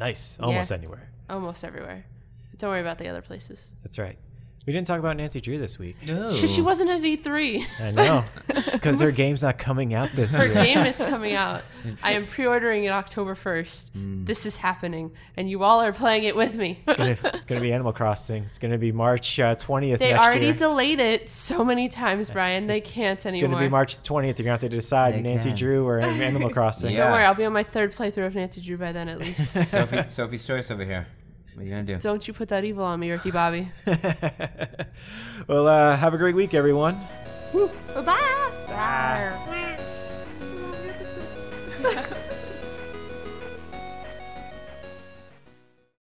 Nice. Almost anywhere.
Almost everywhere. But don't worry about the other places.
That's right. We didn't talk about Nancy Drew this week.
No.
Shit, she wasn't E at E3.
I know. Because her game's not coming out this
Her
year.
game is coming out. I am pre-ordering it October 1st. This is happening, and you all are playing it with me.
Mm. It's gonna- it's going to be Animal Crossing. It's going to be March uh, 20th
They
next
already
year.
delayed it so many times, Brian. They can't
it's going
anymore.
to be March 20th. You're going to have to decide
They
Nancy
can.
Drew or Animal Crossing.
Don't
Yeah.
worry, I'll be on my third playthrough of Nancy Drew by then at least.
Sophie, Sophie's choice over here. What are you gonna do?
Don't you put that evil on me, Ricky Bobby.
well, uh, have a great week, everyone.
Bye-bye. Bye.